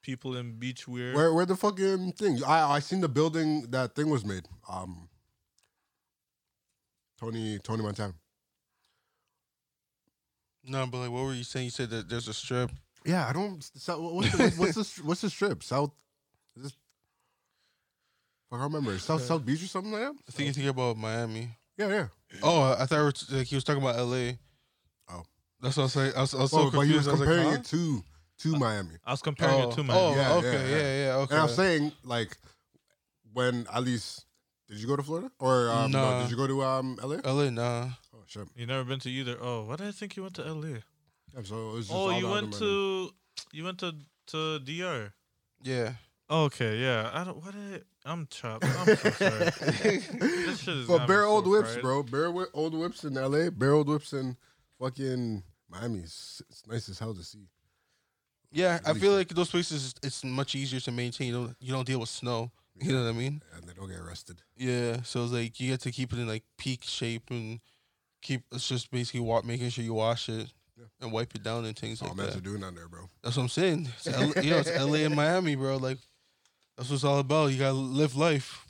S2: people in beach wear.
S1: Where where the fucking thing? I I seen the building that thing was made. Um, Tony Tony Montana.
S3: No, but like what were you saying? You said that there's a strip.
S1: Yeah, I don't. So, what's the, what's the what's the strip? South. Is this, I don't remember. South South Beach or something like that.
S3: Uh, I think
S2: Oh.
S3: you think about Miami.
S1: Yeah, yeah.
S3: Oh, I I thought we were t- like he was talking about L.A.
S1: Oh.
S3: that's what I was like. I was, I was so
S1: oh, but you was
S3: confused. I was like,
S1: comparing
S3: huh? Uh,
S1: it to to Miami,
S2: I was comparing
S3: oh,
S2: it to my.
S3: oh,
S1: Yeah,
S3: okay,
S1: yeah,
S3: yeah, yeah, okay.
S1: and I'm saying like when at least did you go to Florida or um, no,
S3: Nah. Uh,
S1: Did you go to um LA?
S3: L.A. Nah,
S1: Oh shit.
S2: You never been to either. Oh, why did I think you went to LA?
S1: Yeah, so it was just
S2: Oh,
S1: all
S2: you
S1: the
S2: went
S1: other random-
S2: to you went to to DR.
S3: yeah.
S2: Okay, yeah. I don't. What did I, I'm chopped. I'm so sorry. this shit is.
S1: But
S2: got me
S1: bare
S2: so
S1: old whips,
S2: fried.
S1: bro. Bare whi old whips in LA. Bare old whips in fucking Miami. It's, it's nice as hell to see.
S3: Yeah, I
S1: Really
S3: feel
S1: cool.
S3: like those places it's much easier to maintain. You don't you don't deal with snow. You know what I mean?
S1: and they don't get arrested.
S3: Yeah. So it's like you get to keep it in like peak shape and keep. It's just basically wa- making sure you wash it
S1: Yeah. Oh,
S3: and wipe it down and things
S1: All
S3: like
S1: men
S3: that.
S1: are doing out there, bro.
S3: That's what I'm saying. It's L- yo, it's LA and Miami, bro. Like that's what it's all about. You gotta live life.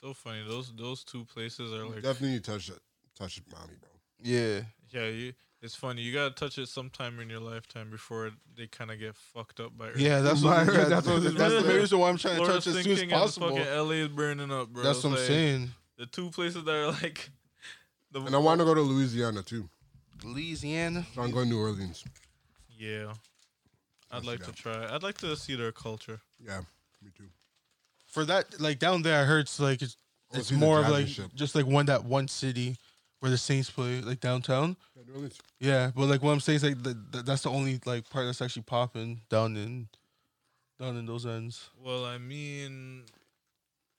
S2: So funny. Those those two places are like
S1: Definitely you touch it, touch it, mommy, bro.
S3: Yeah.
S2: yeah. You, it's funny. You gotta touch it sometime in your lifetime before they kind of get fucked up by. Earth.
S3: Yeah, that's what.
S1: Right,
S3: Yeah,
S1: that's
S3: that's,
S1: what-
S3: that's the main reason why I'm trying to
S2: Florida
S3: touch as soon as
S2: sinking and the
S3: possible.
S2: fucking LA is burning up, bro.
S3: That's
S2: It's
S3: what I'm
S2: like,
S3: saying.
S2: The two places that are like the
S1: And I want to go to Louisiana too.
S3: Louisiana.
S1: So I'm going to New Orleans.
S2: yeah. I'd
S1: That's
S2: like to
S1: dope.
S2: try. I'd like to see their culture.
S1: Yeah, me too.
S3: For that, like down there, I heard it's like it's,
S1: I wanna
S3: it's
S1: see the
S3: more of
S1: Jazz and
S3: like
S1: shit.
S3: just like one that one city where the Saints play, like downtown.
S1: Yeah, New Orleans.
S3: Yeah, but like what I'm saying is like the, the, that's the only like part that's actually popping down in down in those ends.
S2: Well, I mean,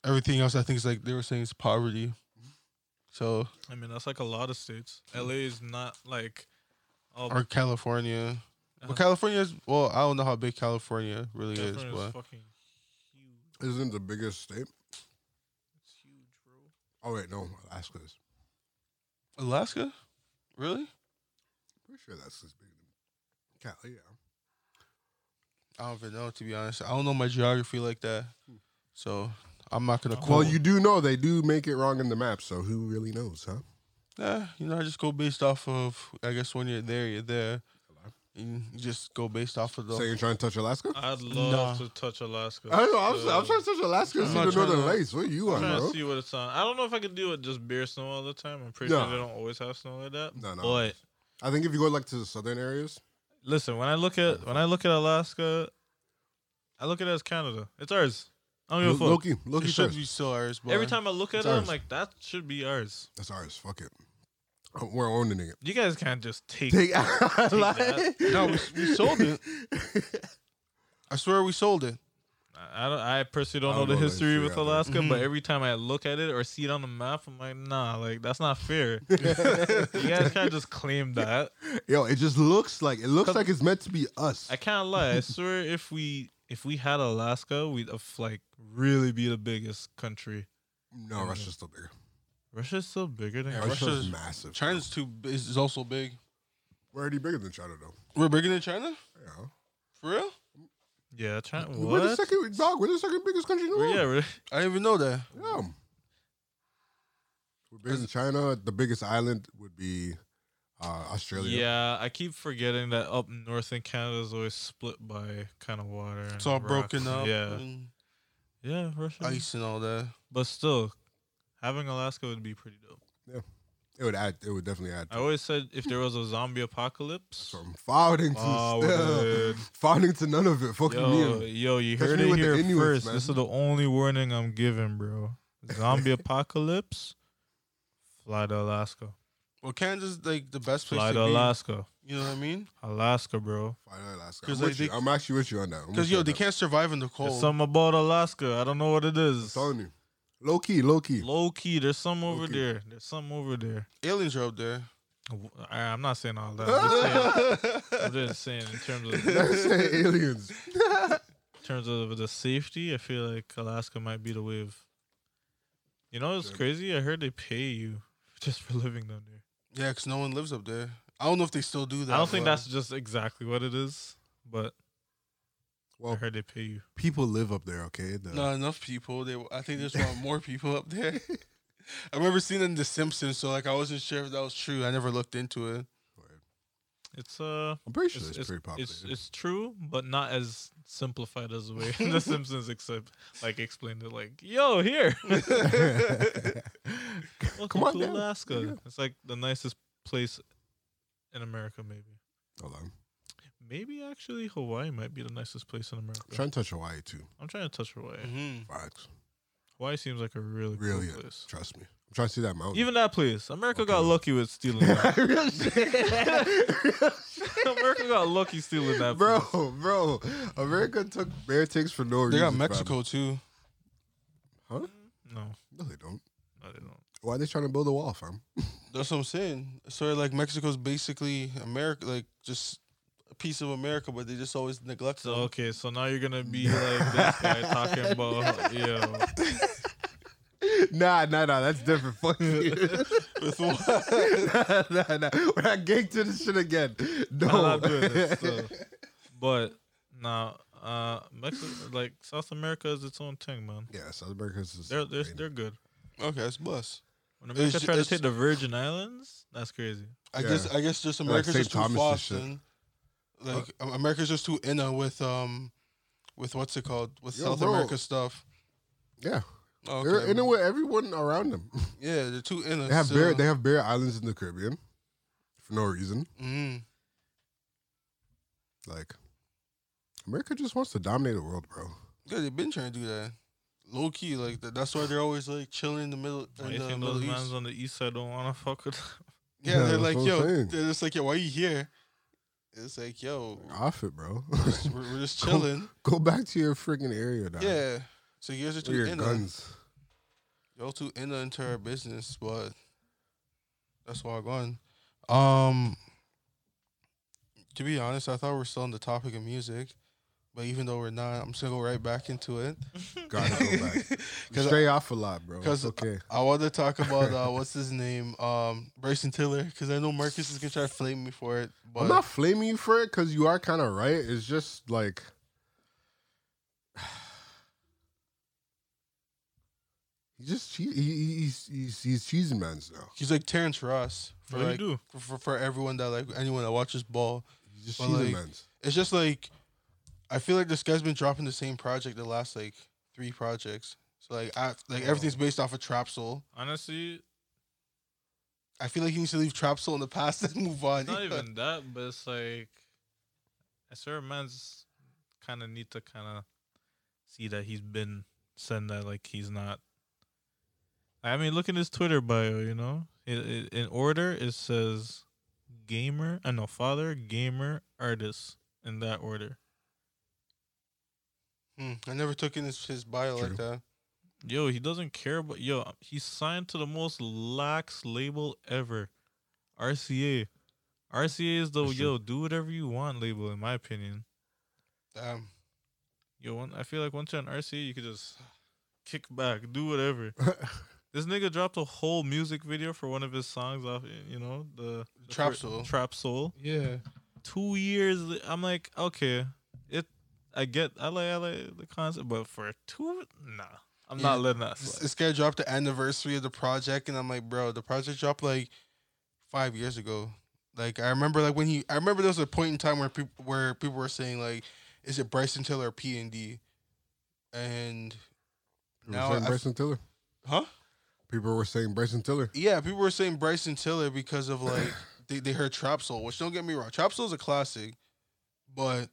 S3: Everything else, I think, is like they were saying is poverty. So
S2: I mean that's like a lot of states. LA is not like oh, all
S3: or California,
S2: uh,
S1: Uh-huh.
S3: but California is well, I don't know how big California really is,
S2: California
S3: but
S2: fucking huge.
S1: Isn't it the biggest state?
S2: It's huge, bro.
S1: Oh wait, no, Alaska is.
S3: Alaska, really?
S1: Pretty sure that's as big. as Cali, yeah.
S3: I don't even know to be honest. I don't know my geography like that, so I'm not gonna
S2: Well,
S3: quote
S1: Well, you do know they do make it wrong in the map, so who really knows, huh?
S3: Yeah, you know, I just go based off of. I guess when you're there, you're there.
S1: Hello?
S3: And you just go based off of the.
S1: So you're trying to touch Alaska?
S2: I'd love
S3: Nah.
S2: to touch Alaska.
S1: I don't know. I'm,
S2: so-
S1: I'm trying to touch Alaska and
S3: I'm
S1: see
S3: not
S1: the
S3: trying
S1: northern
S3: to-
S1: lights. What are you
S2: I'm
S1: on,
S2: trying
S1: bro?
S2: to see what it's on. I don't know if I could do it just bare snow all the time. I'm pretty
S1: Nah.
S2: sure they don't always have snow like that.
S1: No, no.
S2: But
S1: I think if you go like to the southern areas,
S2: listen, when I look at when I look at Alaska, I look at it as Canada. It's ours. I don't give a fuck.
S1: Loki,
S3: it
S1: Loki
S3: should
S1: first.
S3: be still ours, but
S2: Every time I look at
S1: It's
S2: it, I'm
S1: ours.
S2: like, that should be ours.
S1: That's ours. Fuck it. We're owning it.
S2: You guys can't just take.
S1: Take
S2: that.
S3: No, we- we sold it. I swear we sold it.
S2: I I don't. I personally don't,
S1: I don't
S2: know the
S1: know the
S2: history
S1: history
S2: with
S1: either.
S2: Alaska, but
S3: Mhm.
S2: every time I look at it or see it on the map, I'm like, nah, like that's not fair. you guys can't just claim that.
S1: Yo, it just looks like it looks
S2: Cause-
S1: like it's meant to be us.
S2: I can't lie. I swear, if we if we had Alaska, we'd have, like really be the biggest country.
S1: no, Russia's still bigger.
S2: Russia's still bigger than
S3: Yeah,
S2: Russia.
S1: Russia's,
S3: Mm-hmm. Russia's-
S1: massive. bro.
S3: China's too b- is, is also big.
S1: We're already bigger than China though.
S3: We're bigger than China
S1: Yeah.
S3: for real.
S2: Yeah, China.
S1: We're the
S2: What?
S1: second dog. We're the second biggest country in the
S2: We're-
S1: world.
S2: yeah,
S1: Yeah.
S2: we're,
S3: I didn't even know that.
S1: We're bigger than China. The biggest island would be uh, Australia.
S2: yeah. I keep forgetting that up north in Canada is always split by kind of water. and
S3: It's all
S2: rocks.
S3: broken up.
S2: Yeah,
S3: and
S2: yeah, Russia.
S3: ice and all that.
S2: But still, having Alaska would be pretty dope.
S1: It would add. It would definitely add.
S2: I
S1: To
S2: always said if there was a zombie apocalypse,
S1: so I'm founding to
S2: Oh,
S1: still,
S2: dude.
S1: founding to none of it. Fucking
S2: yo,
S1: me.
S2: yo, you
S1: Catch
S2: heard
S1: me
S2: it
S1: with the
S2: here
S1: Inuits,
S2: first. This
S1: man.
S2: is the only warning I'm giving, bro. Zombie apocalypse, fly to Alaska.
S3: Well, Canada's like the best place
S2: Fly
S3: to
S2: to
S3: be.
S2: Alaska.
S3: You know what I mean?
S2: Alaska, bro.
S1: Finally, Alaska.
S3: 'Cause,
S1: I'm,
S3: like,
S1: with you.
S3: they-
S1: I'm actually with you on that. I'm with
S3: Because
S1: you
S3: yo,
S1: on
S3: they
S1: that.
S3: can't survive in the
S2: There's
S3: cold.
S2: something about Alaska. I don't know what it
S1: I'm
S2: is.
S1: telling you, low key, low key.
S2: Low key, there's some over
S1: Low-key.
S2: there. There's some over there.
S3: Aliens are up there.
S2: W- I- I'm not saying all that. I'm just saying, I'm just saying in terms of in
S1: That's it, aliens.
S2: terms of the safety, I feel like Alaska might be the wave. You know, it's
S1: Good.
S2: crazy. I heard they pay you just for living down there.
S3: Yeah, because no one lives up there. I don't know if they still do that.
S2: I don't think
S3: but-
S2: that's just exactly what it is, but I
S1: Well,
S2: heard they pay you.
S1: people live up there, okay? The-
S3: not enough people. They, I think there's more- more people up there. I remember seeing it in The Simpsons, so like I wasn't sure if that was true. I never looked into it.
S2: It's uh,
S1: I'm pretty sure
S2: it's,
S1: it's,
S2: it's,
S1: pretty popular.
S2: it's it's true, but not as simplified as the way The Simpsons except like explained it. Like, yo, here, welcome
S1: on
S2: to
S1: down.
S2: Alaska.
S1: Yeah.
S2: It's like the nicest place in America, maybe.
S1: Hold on.
S2: Maybe actually Hawaii might be the nicest place in America.
S1: Try and touch Hawaii too.
S2: I'm trying to touch Hawaii.
S3: Mm-hmm.
S1: Facts.
S2: Hawaii seems like a really, cool
S1: Really,
S2: place.
S1: trust me. I'm trying to see that mountain.
S2: Even that place, America got
S1: Okay.
S2: lucky with stealing. that.
S1: Real shit.
S2: America got lucky stealing that.
S1: bro,
S2: place.
S1: bro. America took bear takes for no
S3: They
S1: reason.
S3: got
S1: fam.
S3: Mexico too.
S2: No,
S1: No, they don't.
S2: no, they don't.
S1: Why are they trying to build a wall, fam?
S3: That's what I'm saying. So like Mexico's basically America, like just a piece of America, but they just always neglect
S2: So
S3: them.
S2: okay, so now you're gonna be like this guy talking about yo.
S1: Nah, nah, nah. That's different. Fuck you.
S3: With what?
S1: nah, nah, nah. We're not getting to this shit again. No.
S2: I'm not doing this. So. But now, uh, Mexico, like South America is its own thing, man.
S1: yeah, South America's is.
S2: They're they're
S1: crazy.
S2: they're good.
S3: Okay, it's bless.
S2: When America
S3: ju-
S2: tried to
S3: it's-
S2: take the Virgin Islands, that's crazy.
S3: I
S1: Yeah.
S3: guess I guess just
S1: like
S3: America's
S1: St.
S3: just too
S1: Thomas and
S3: fast.
S1: shit.
S3: and- Like um, America's just too inner with um with what's it called with
S1: Yo,
S3: South
S1: bro.
S3: America stuff.
S1: yeah.
S3: Okay.
S1: They're in a way everyone around them.
S2: Uh,
S3: Yeah, they're too inner.
S1: They have
S3: so-
S1: bear. They have bear islands in the Caribbean for no reason.
S3: Mm.
S1: Like America just wants to dominate the world, bro.
S3: Yeah, they've been trying to do that. Low key, like that, that's why they're always like chilling in the middle
S2: Why
S3: in
S2: you
S3: the
S2: think
S3: Middle
S2: those
S3: East.
S2: mans on the east side don't wanna fuck with?
S3: Yeah,
S1: Yeah,
S3: they're
S1: that's
S3: like,
S1: what I'm
S3: yo,
S1: saying.
S3: they're just like, yo, why you here? It's like, yo,
S1: Off it, bro.
S3: we're just- we're, we're just
S1: Go-
S3: chilling.
S1: Go back to your freaking area, dog.
S3: Yeah. So you guys are
S1: Or
S3: too
S1: your
S3: inner.
S1: guns.
S3: Y'all too inner into our business, but that's why I'm going. Um, to be honest, I thought we are still on the topic of music, but even though we're not, I'm just gonna go right back into it.
S1: Gotta go back. You
S3: 'Cause I-
S1: Stray off a lot, bro. It's
S3: 'cause
S1: okay.
S3: I want to talk about uh, what's his name, um, Bryson Tiller, because I know Marcus is gonna try to flame me for it. But
S1: I'm not flaming you for it because you are kind of right. It's just like he just che- he, he, he's, he's he's cheesing man's now.
S3: he's like Terrence Ross for
S2: What do you do?
S3: like for, for, for everyone that like anyone that watches ball.
S1: He's just
S3: But,
S1: cheesing
S3: like,
S1: man's.
S3: It's just like I feel like this guy's been dropping the same project the last like three projects. So like I like everything's based off of Trap Soul.
S2: Honestly,
S3: I feel like he needs to leave Trap Soul in the past and move on.
S2: not even that, but it's like I swear man's kind of need to kind of see that he's been saying that like he's not. I mean, look at his Twitter bio. You know, it, it, in order it says gamer. I uh, know father, gamer, artist in that order.
S3: Hmm, I never took in his, his bio
S1: True.
S3: like that.
S2: Yo, he doesn't care about yo. He signed to the most lax label ever, RCA. RCA is the
S1: That's true.
S2: yo do whatever you want label, in my opinion.
S3: Damn.
S2: Yo, one, I feel like once you're on RC, you could just kick back, do whatever. This nigga dropped a whole music video for one of his songs off, you know, the, the
S3: Trap
S2: fir-
S3: Soul.
S2: Trap Soul.
S3: Yeah.
S2: Two years, li- I'm like, okay, it. I get, I like, I like the concept, but for two, nah, I'm not
S3: Yeah.
S2: letting that
S3: This,
S2: slide.
S3: this guy dropped the anniversary of the project, and I'm like, bro, the project dropped like five years ago. Like I remember, like when he, I remember there was a point in time where people where people were saying like, is it Bryson Tiller or P and D? And
S1: People
S3: now
S1: were saying
S3: I-
S1: Bryson Tiller.
S3: huh?
S1: People were saying Bryson Tiller.
S3: Yeah, people were saying Bryson Tiller because of like they, they heard Trap Soul, which don't get me wrong, Trap Soul's a classic, but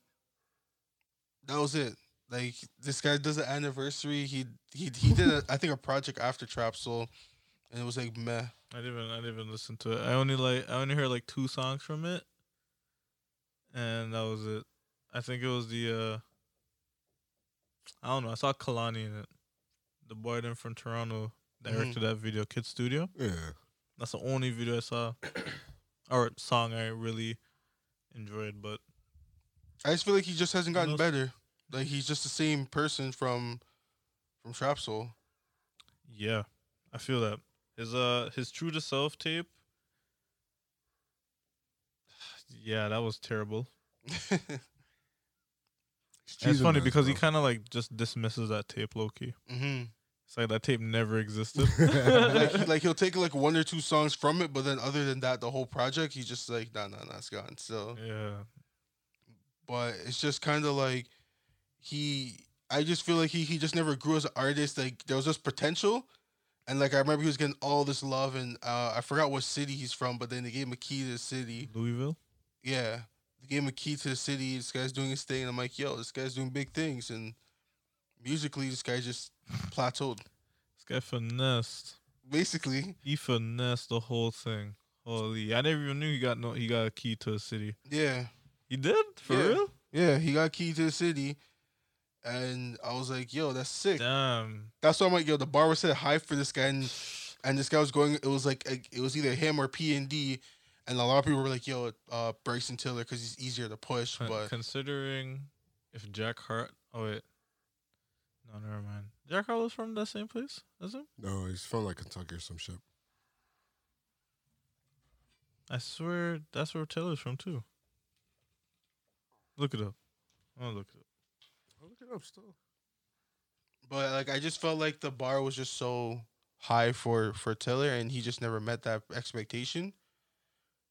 S3: that was it. Like this guy does an anniversary. He he he did a, I think a project after Trap Soul, and it was like meh.
S2: I didn't, even, I didn't even listen to it. I only like, I only heard like two songs from it, and that was it. I think it was the, uh I don't know. I saw Kalani in it, the boy then from Toronto directed that video, Kid Studio.
S1: Yeah.
S2: That's the only video I saw or song I really enjoyed. But
S3: I just feel like he just hasn't gotten
S2: Most-
S3: better. Like he's just the same person from from Trap Soul.
S2: yeah, I feel that his uh his True to Self tape. Yeah, that was terrible.
S1: He's
S2: And it's
S1: cheesing
S2: funny
S1: man's,
S2: because he
S1: bro.
S2: kind of like just dismisses that tape, Loki.
S3: hmm
S2: It's like that tape never existed.
S3: like, he- like he'll take like one or two songs from it, but then other than that, the whole project he's just like nah nah nah it's gone. So
S2: yeah,
S3: but it's just kind of like he I just feel like he he just never grew as an artist. Like there was this potential, and like I remember he was getting all this love, and uh, I forgot what city he's from, but then they gave him a key to the city.
S2: Louisville.
S3: Yeah, they gave him a key to the city. This guy's doing his thing, and I'm like, yo, this guy's doing big things, and musically, this guy just plateaued.
S2: This guy finessed.
S3: Basically,
S2: He finessed the whole thing. Holy, I never even knew he got no. He got a key to a city.
S3: yeah,
S2: He did for
S3: Yeah.
S2: real.
S3: yeah, he got a key to the city, and I was like, yo, that's sick.
S2: Damn.
S3: That's why I'm like, yo, the bar was set high for this guy, and, and this guy was going. It was like it was either him or P and D, And a lot of people were like, "Yo, uh, Bryson Tiller because he's easier to push."
S2: Con-
S3: But
S2: considering if Jack Hart. Oh wait, no, never mind. Jack Hart was from that same place as him.
S1: No, he's from like Kentucky or some shit.
S2: I swear that's where Taylor's from too. Look it up. I'll look it up.
S1: I'll look it up still.
S3: but like I just felt like the bar was just so high for for Tiller, and he just never met that expectation.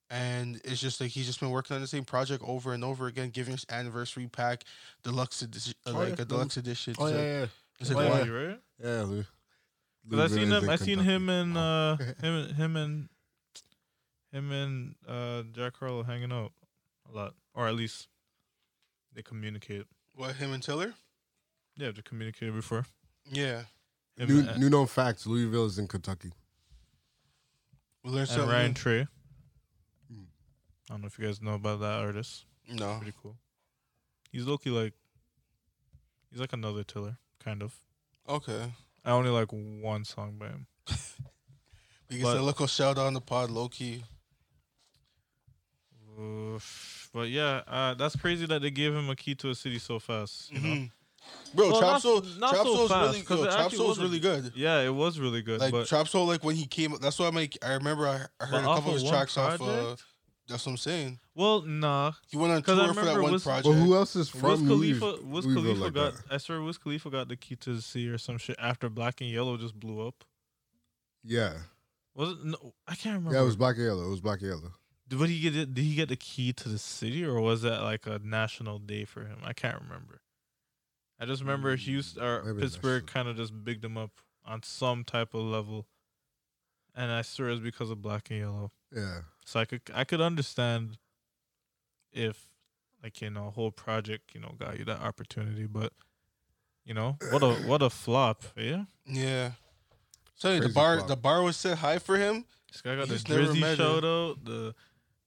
S3: And it's just like he's just been working on the same project over and over again, giving us anniversary pack, deluxe edition, uh,
S1: Oh,
S3: like
S1: yeah.
S3: a deluxe edition.
S1: Oh
S3: It's
S1: yeah,
S3: like-
S1: yeah,
S3: it's like,
S1: Oh,
S3: why-
S1: yeah.
S2: Hawaii, right?
S1: yeah. yeah Lou.
S2: 'Cause I seen him. I
S1: Louisville
S2: seen
S1: is in
S2: him and
S1: Kentucky.
S2: uh, him, him and him and uh, Jack Harlow hanging out a lot, or at least they communicate.
S3: what him and Tiller?
S2: Yeah, they communicated before.
S3: Yeah,
S2: Him
S1: New,
S2: and,
S1: new known facts: Louisville is in Kentucky.
S3: we learned
S2: and
S3: something.
S2: Ryan Trey.
S1: Mm.
S2: I don't know if you guys know about that artist.
S3: No,
S2: Pretty cool. He's Loki like. He's like another Tiller, kind of.
S3: okay.
S2: I only like one song by him.
S3: We can
S2: But-
S3: say a little shout out on the pod, low key.
S2: Oof. But yeah, uh, that's crazy that they gave him a key to a city so fast. You know.
S1: Mm-hmm.
S3: Mhm. Bro,
S2: Well,
S3: Trap
S2: not-
S3: Soul,
S2: not
S3: Trap
S2: so
S3: Soul's
S2: fast,
S3: really
S2: 'cause
S3: good.
S2: it
S3: Trap
S2: actually
S3: Soul's
S2: wasn't-
S3: really good.
S2: Yeah, it was really good.
S3: Like
S2: but
S3: Trap Soul, like when he came, that's why I'm like, I remember I, I
S2: but
S3: heard a
S2: off
S3: couple of his
S2: one
S3: tracks off. Uh,
S2: project?
S3: that's what I'm saying.
S2: well, nah.
S3: He went on
S2: 'Cause I
S3: tour for that
S2: remember
S3: one
S2: Wiz-
S1: But
S3: project.
S1: who else is
S2: Wiz
S1: from
S2: Khalifa,
S1: Louis-
S2: Wiz
S1: Louisville
S2: Khalifa
S1: like
S2: got.
S1: that?
S2: I swear, Wiz Khalifa got the key to the sea or some shit after Black and Yellow just blew up.
S1: Yeah,
S2: Was it? No, I can't remember.
S3: Uh-huh.
S1: yeah. It was black and yellow. It was black and yellow.
S2: Did- What did he get? it- Did he get the key to the city, or was that like a national day for him? I can't remember. I just remember
S1: Mm,
S2: Houston or
S1: maybe
S2: Pittsburgh
S1: national.
S2: kind of just bigged him up on some type of level, and I swear it's because of Black and Yellow.
S1: Yeah,
S2: So I could I could understand if like you know whole project you know got you that opportunity, but you know what a what a flop, yeah.
S3: Yeah. So the
S1: Crazy
S3: bar,
S1: flop.
S3: the bar was set high for him.
S2: This guy got
S3: You
S2: the
S3: just never
S2: Drizzy
S3: measure.
S2: shout out, the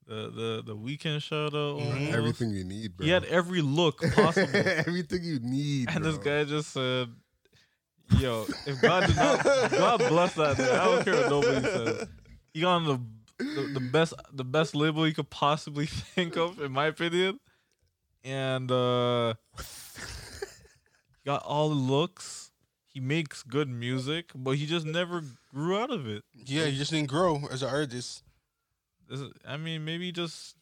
S2: the the the weekend shout out,
S3: Mhm.
S2: mm
S1: everything you need, bro.
S2: He had every look possible,
S1: everything you need.
S2: and this
S1: bro.
S2: guy just said. Yo, if God did not, God bless that. Nigga. I don't care what nobody says. He got on the, the the best the best label you could possibly think of, in my opinion. And uh got all the looks. He makes good music, but he just never grew out of it.
S3: Yeah, he just didn't grow as an artist.
S2: This is- I mean, maybe just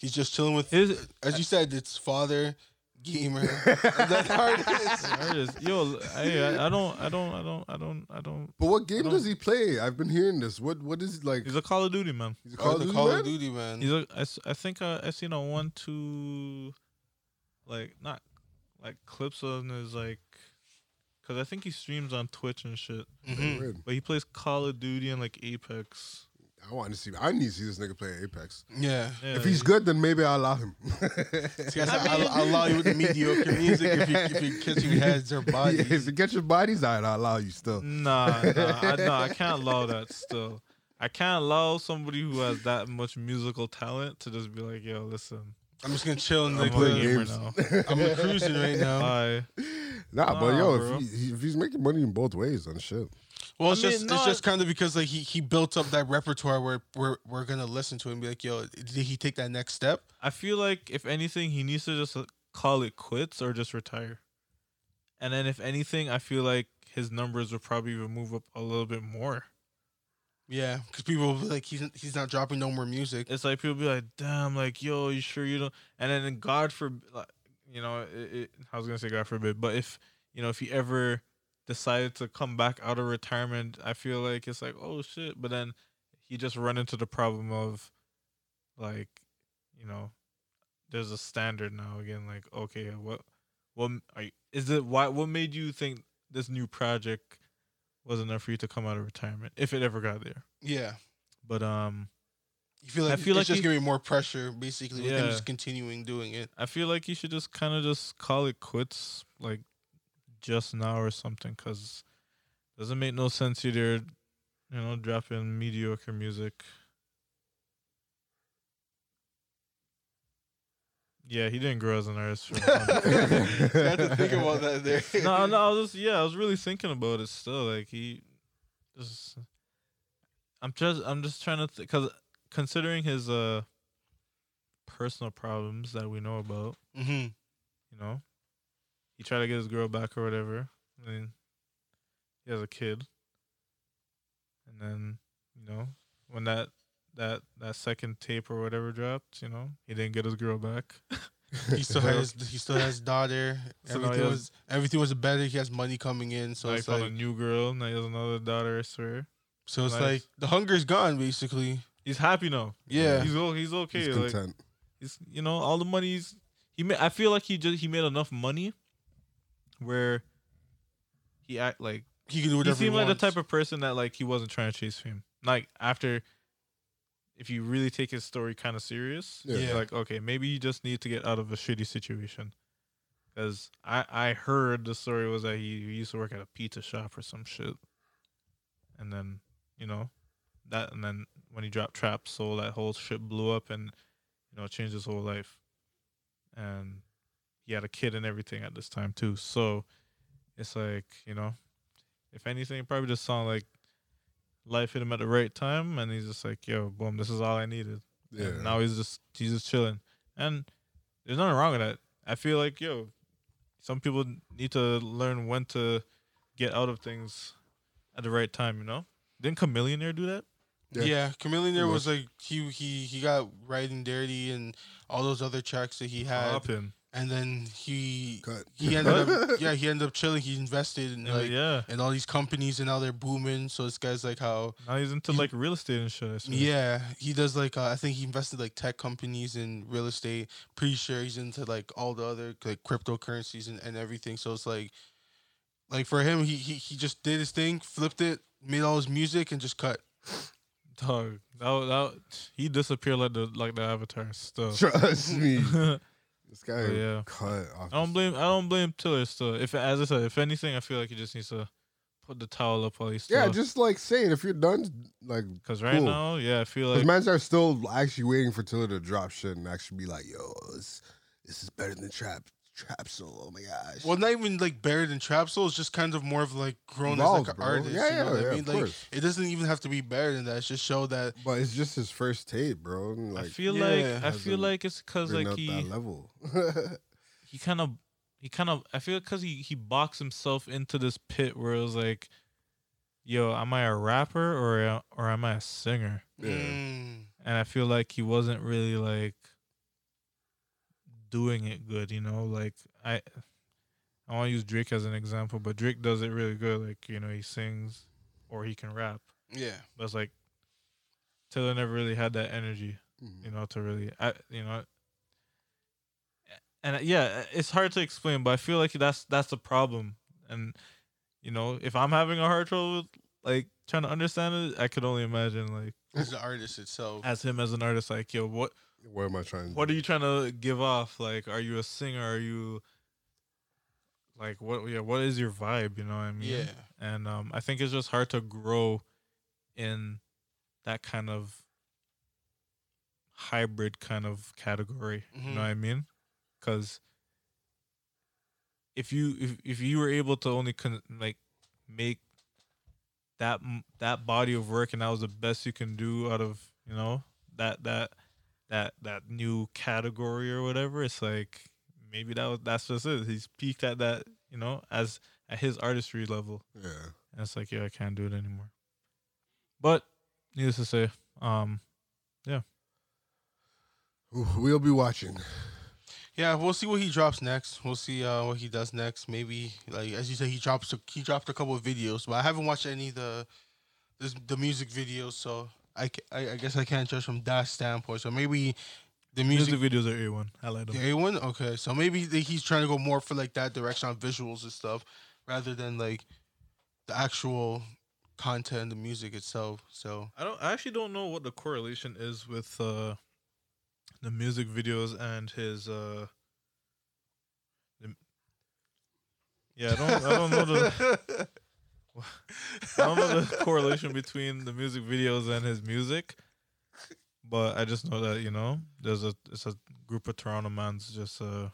S3: He's just chilling with,
S2: his
S3: as you said, it's father, gamer, and that artist.
S2: artist. Yo, I, I- I don't, I don't, I don't, I don't, I don't.
S1: But what game
S2: don't-
S1: does he play? I've been hearing this. What what is like?
S2: He's a Call of Duty man.
S1: He's a
S3: Call,
S1: Call,
S3: oh, the
S1: of,
S3: Call of
S1: Duty.
S3: Duty man.
S2: He's a. I, s- I think I, I seen a one two, like not, like clips on his like, cause I think he streams on Twitch and shit.
S3: Mhm.
S1: Weird.
S2: But he plays Call of Duty and like Apex.
S1: I want to see. I need to see this nigga play Apex.
S3: Yeah.
S2: Yeah,
S1: If he's good, then maybe I'll allow him.
S3: See, I said,
S2: I mean-
S3: I'll, I'll allow you with the mediocre music if you if you catch your heads or bodies.
S1: Yeah, if you get your bodies out, I'll allow you still.
S2: Nah, nah, I, nah, I can't allow that still. I can't allow somebody who has that much musical talent to just be like, yo, listen,
S3: I'm just gonna chill and
S2: I'm
S3: like,
S2: a
S1: playing
S3: uh,
S2: gamer
S1: games.
S2: now.
S3: I'm cruising right
S1: Um,
S3: now.
S2: I,
S1: Nah, but
S2: Nah,
S1: yo,
S2: bro.
S1: if, he, if he's making money in both ways and shit,
S3: Well,
S2: I
S3: it's
S2: mean,
S3: just
S2: no,
S3: it's just kind of because like he, he built up that repertoire where we're we're gonna listen to it and be like, yo, did he take that next step?
S2: I feel like if anything, he needs to just uh, call it quits or just retire. And then if anything, I feel like his numbers would probably even move up a little bit more.
S3: Yeah, because people will be like he's he's not dropping no more music.
S2: It's like people be like, damn, like, yo, you sure you don't? And then God forbid, like, you know, it, it, I was gonna say God forbid, but if you know, if he ever decided to come back out of retirement, I feel like it's like, oh shit. But then he just run into the problem of, like, you know, there's a standard now again. Like, okay, what, what m- are you, is it? Why? What made you think this new project was enough for you to come out of retirement if it ever got there?
S3: Yeah,
S2: But um.
S3: you feel
S2: I
S3: like
S2: feel
S3: it's
S2: like
S3: just
S2: he-
S3: giving more pressure basically with him
S2: Yeah.
S3: just continuing doing it.
S2: I feel like you should just kind of just call it quits, like just now or something, because doesn't make no sense you there, you know, dropping mediocre music. Yeah, he didn't grow as an artist.
S3: I
S2: For
S3: had to think about that there.
S2: no, no, I was just yeah, I was really thinking about it still. Like he, just, I'm just, I'm just trying to, because considering his uh personal problems that we know about,
S3: Mm-hmm.
S2: you know, he tried to get his girl back or whatever. I mean, he has a kid, and then you know when that that that second tape or whatever dropped, you know, he didn't get his girl back.
S3: He still has he still has daughter.
S2: So now he
S3: everything
S2: has-
S3: was everything was better. He has money coming in, so
S2: So I
S3: it's
S2: found
S3: like
S2: a new girl. Now he has another daughter. I swear,
S3: so it's
S2: nice.
S3: like the hunger's gone basically.
S2: he's happy now.
S3: Yeah.
S2: He's o- he's okay.
S1: He's
S2: like,
S1: content.
S2: It's you know all the money's he made. I feel like he just he made enough money where he act like
S3: He can do
S2: he
S3: whatever he,
S2: seemed like
S3: wants.
S2: the type of person that like he wasn't trying to chase fame. Like after, if you really take his story kind of serious,
S1: Yeah.
S2: it's
S3: Yeah.
S2: like okay, maybe you just need to get out of a shitty situation. Because I I heard the story was that he, he used to work at a pizza shop or some shit, and then you know that and then when he dropped Trap Soul, that whole shit blew up and you know changed his whole life, and he had a kid and everything at this time too. So it's like you know if anything, it probably just sound like life hit him at the right time, and he's just like, "Yo, boom, this is all I needed."
S1: Yeah.
S2: And now he's just he's just chilling, and there's nothing wrong with that. I feel like yo, some people need to learn when to get out of things at the right time. You know, didn't Chameleonaire do that?
S1: Yeah.
S3: Yeah, Chameleon there
S1: He
S3: was like he he he got right and dirty and all those other tracks that he had,
S2: Up him,
S3: and then he
S1: Cut.
S3: he ended up yeah he ended up chilling. He invested in like
S2: yeah.
S3: and all these companies and now they're booming. So this guy's like how
S2: Now he's into
S3: he-
S2: like real estate and shit. I swear.
S3: yeah he does like uh, I think he invested like tech companies and real estate. Pretty sure he's into like all the other like cryptocurrencies and, and everything. So it's like like for him he, he he just did his thing, flipped it, made all his music and just cut.
S2: dog. That, wa- that wa- he disappeared like the like the Avatar stuff.
S1: Trust me. This guy
S2: But Oh, yeah.
S1: cut off.
S2: I don't blame. I don't blame Tiller still. If as I said, if anything, I feel like he just needs to put the towel up while he's still.
S1: yeah, just like saying if you're done, like
S2: because right
S1: cool.
S2: now, yeah, I feel
S1: Because
S2: like
S1: man's are still actually waiting for Tiller to drop shit and actually be like, yo, this, this is better than Trap Trap Soul. Oh my gosh.
S3: Well, not even like buried in trap soul. It's just kind of more of like grown
S1: Evolved,
S3: as like an
S1: bro.
S3: artist.
S1: Yeah,
S3: you know
S1: yeah,
S3: what
S1: yeah,
S3: I mean?
S1: of
S3: like
S1: course.
S3: it doesn't even have to be buried in that. It's just show that
S1: But it's just his first tape, bro. and,
S2: I
S1: like,
S2: feel
S3: Yeah.
S2: like I
S1: Hasn't
S2: feel like it's because
S1: bring
S2: like
S1: up that
S2: he
S1: level.
S2: he kind of he kind of I feel because he he boxed himself into this pit where it was like, yo, am I a rapper or or am I a singer?
S1: Yeah.
S3: mm,
S2: and I feel like he wasn't really like doing it good, you know. Like I, I want to use Drake as an example, but Drake does it really good. Like you know, he sings or he can rap,
S3: yeah.
S2: but it's like Taylor never really had that energy,
S1: Mhm.
S2: you know, to really, I, you know. And uh, yeah, it's hard to explain, but I feel like that's that's the problem. And you know, if I'm having a hard trouble with, like trying to understand it, I could only imagine like
S3: As an artist itself.
S2: as him as an artist, like yo, what
S1: What am I trying to
S2: what
S1: do?
S2: are you trying to give off? Like, are you a singer? Are you like what? Yeah, what is your vibe? You know what I mean?
S3: Yeah.
S2: And um, I think it's just hard to grow in that kind of hybrid kind of category. You
S3: Mhm.
S2: know what I mean? Because if you if if you were able to only con- like make that m- that body of work and that was the best you can do out of you know that that that that new category or whatever it's like maybe that was, that's just it he's peaked at that you know as at his artistry level
S1: Yeah.
S2: and it's like, yeah, I can't do it anymore. But needless to say, um,
S1: Ooh, We'll be watching.
S3: Yeah, we'll see what he drops next. We'll see uh, what he does next. Maybe like as you say, he drops a, he dropped a couple of videos, but I haven't watched any of the this, the music videos, so I, ca- I I guess I can't judge from that standpoint. So maybe the music
S2: music videos are A one. I like them.
S3: The A one, okay. So maybe the, he's trying to go more for like that direction on visuals and stuff, rather than like the actual content, the music itself. So
S2: I don't. I actually don't know what the correlation is with uh, the music videos and his. Uh, the, yeah, I don't. I don't know the. I don't know the correlation between the music videos and his music, but I just know that you know there's a it's a group of Toronto mans just uh,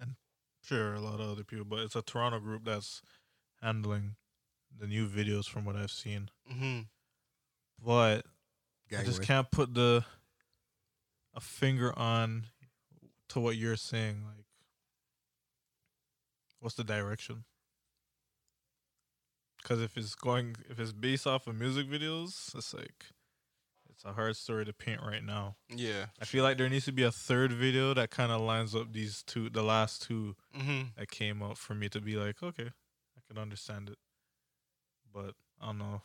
S2: and sure a lot of other people, but it's a Toronto group that's
S3: Mm-hmm.
S2: handling the new videos from what I've seen.
S3: hmm
S2: But
S1: gang
S2: I just
S1: rape.
S2: can't put the a finger on to what you're saying. Like, what's the direction? Because if it's going, if it's based off of music videos, it's like it's a hard story to paint right now.
S3: Yeah.
S2: I feel like there needs to be a third video that kind of lines up these two, the last two
S3: Mm-hmm.
S2: that came out for me to be like, okay, I can understand it. But I don't know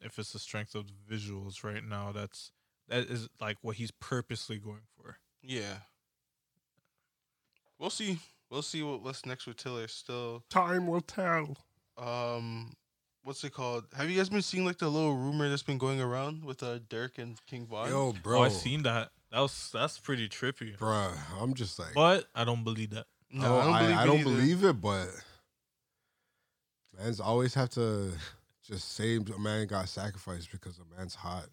S2: if it's the strength of the visuals right now. That's that is like what he's purposely going for.
S3: Yeah. We'll see. We'll see what what's next with Taylor. Still,
S1: Time will tell.
S3: um, what's it called? Have you guys been seeing like the little rumor that's been going around with uh Dirk and King Von?
S1: Yo, bro.
S2: Oh, I seen that. That was that's pretty trippy.
S1: Bruh, I'm just like,
S2: But I don't believe that.
S1: no, Oh, I,
S3: believe
S1: I
S3: it
S1: don't
S3: either.
S1: believe it, but man's always have to just say a man got sacrificed because a man's hot.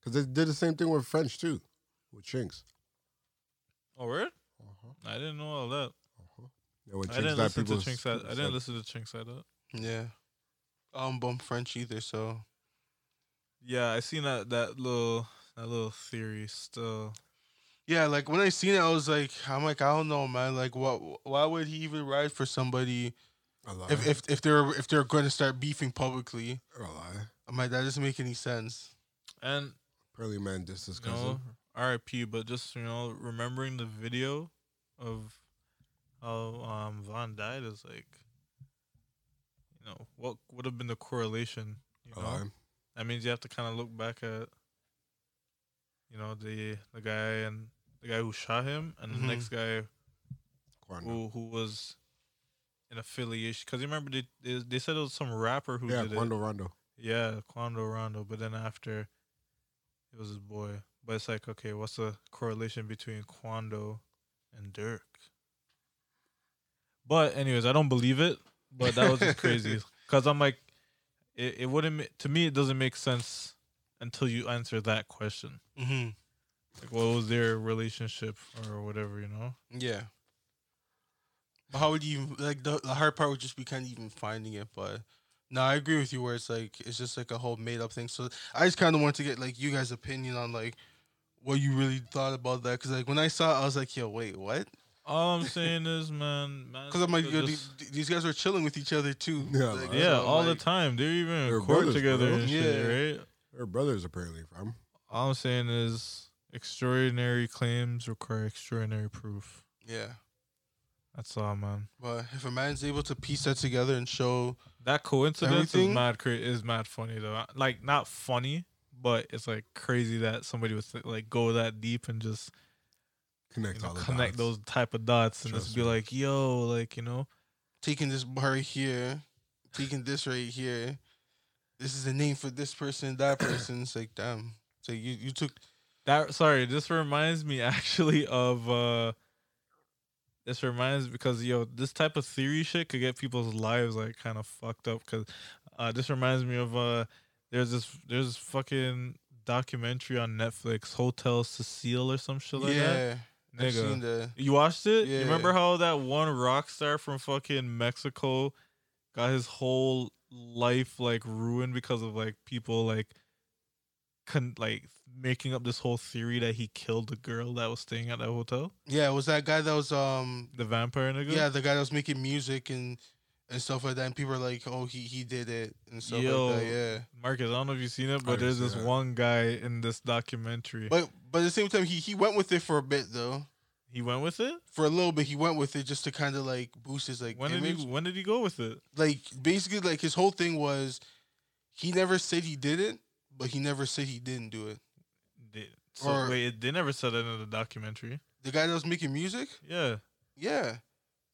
S1: Because they did the same thing with French too, with Chinks.
S2: Oh, really?
S1: Uh-huh,
S2: I didn't know all that.
S1: uh-huh. Yeah, when
S2: I
S1: Chinks
S2: didn't
S1: died,
S2: listen to
S1: people
S2: Chinks. At, I
S1: said-
S2: didn't listen to Chinks at that.
S3: Yeah. I don't bump French either, so
S2: Yeah, I seen that that little that little theory still.
S3: yeah. Like when I seen it, I was like, I'm like, I don't know, man. Like, what? Why would he even ride for somebody
S1: A lie.
S3: if if, if they're if they're going to start beefing publicly?
S1: a lie.
S3: I'm like, that doesn't make any sense.
S2: And
S1: Apparently, man dissed his
S2: you know,
S1: cousin.
S2: R.I.P. But just you know, remembering the video of how um Von died is like, you know, what would have been the correlation? You
S1: A
S2: know,
S1: lie.
S2: that means you have to kind of look back at, you know, the the guy and the guy who shot him and
S3: Mhm.
S2: the next guy
S1: Quando.
S2: who who was in affiliation. Because you remember they, they they said it was some rapper who
S1: Yeah,
S2: did it.
S1: Quando Rondo.
S2: Yeah, Quando Rondo. But then after, it was his boy. But it's like, okay, what's the correlation between Quando and Dirk? But anyways, I don't believe it. But that was just crazy because I'm like, it, it wouldn't ma- to me. It doesn't make sense until you answer that question.
S3: Mm-hmm.
S2: Like, what was their relationship or whatever? You know?
S3: Yeah. But how would you even like the, the hard part would just be kind of even finding it, but no, I agree with you where it's like it's just like a whole made up thing. So I just kind of wanted to get like you guys' opinion on like what you really thought about that because like when I saw, it, I was like, yo, wait, what?
S2: All I'm saying is, man, man.
S3: Because I'm like,
S2: people
S3: yo,
S2: just-
S3: these, these guys were chilling with each other too.
S1: Yeah,
S3: Like,
S1: like-
S3: so
S2: yeah,
S3: I'm
S2: all the
S3: like,
S2: time. They're even in
S1: They're
S2: court
S1: brothers,
S2: together
S1: bro.
S2: and shit,
S3: Yeah.
S2: right?
S1: They're brothers, apparently, fam.
S2: All I'm saying is extraordinary claims require extraordinary proof.
S3: Yeah,
S2: That's all, man.
S3: but if a man's able to piece that together and show,
S2: That coincidence
S3: Everything-
S2: is mad. Cra- is mad funny though. Like not funny, but it's like crazy that somebody would th- like go that deep and just you
S1: Connect
S2: know,
S1: all the dots.
S2: connect those type of dots and
S1: Trust
S2: just be
S1: me.
S2: like, "Yo, like you know,
S3: taking this bar here, taking this right here. This is the name for this person, that person. It's like, damn. So you, you took
S2: That sorry, this reminds me actually of uh this reminds because yo, this type of theory shit could get people's lives like kind of fucked up cuz uh this reminds me of uh there's this there's this fucking documentary on Netflix, Hotel Cecile or some shit like that.
S3: yeah. I've
S2: Nigga.
S3: seen the
S2: You watched it? You remember
S3: Yeah.
S2: how that one rock star from fucking Mexico got his whole life like ruined because of like people like con- like making up this whole theory that he killed the girl that was staying at that hotel?
S3: yeah. It was that guy that was um
S2: The vampire nigga?
S3: yeah the guy that was making music and and stuff like that. And people are like, oh, he he did it and stuff
S2: Yo.
S3: like that. Yeah.
S2: Marcus, I don't know if you've seen it, but
S1: didn't
S2: there's
S1: see
S2: this
S1: that.
S2: one guy in this documentary.
S3: But but at the same time, he he went with it for a bit though.
S2: he went with it?
S3: For a little bit, he went with it just to kind of like boost his like
S2: When did
S3: image.
S2: he when did he go with it?
S3: like basically like his whole thing was he never said he did it, but he never said he didn't do it.
S2: They- so
S3: Or-
S2: wait, they never said that in the documentary.
S3: The guy that was making music,
S2: Yeah.
S3: yeah,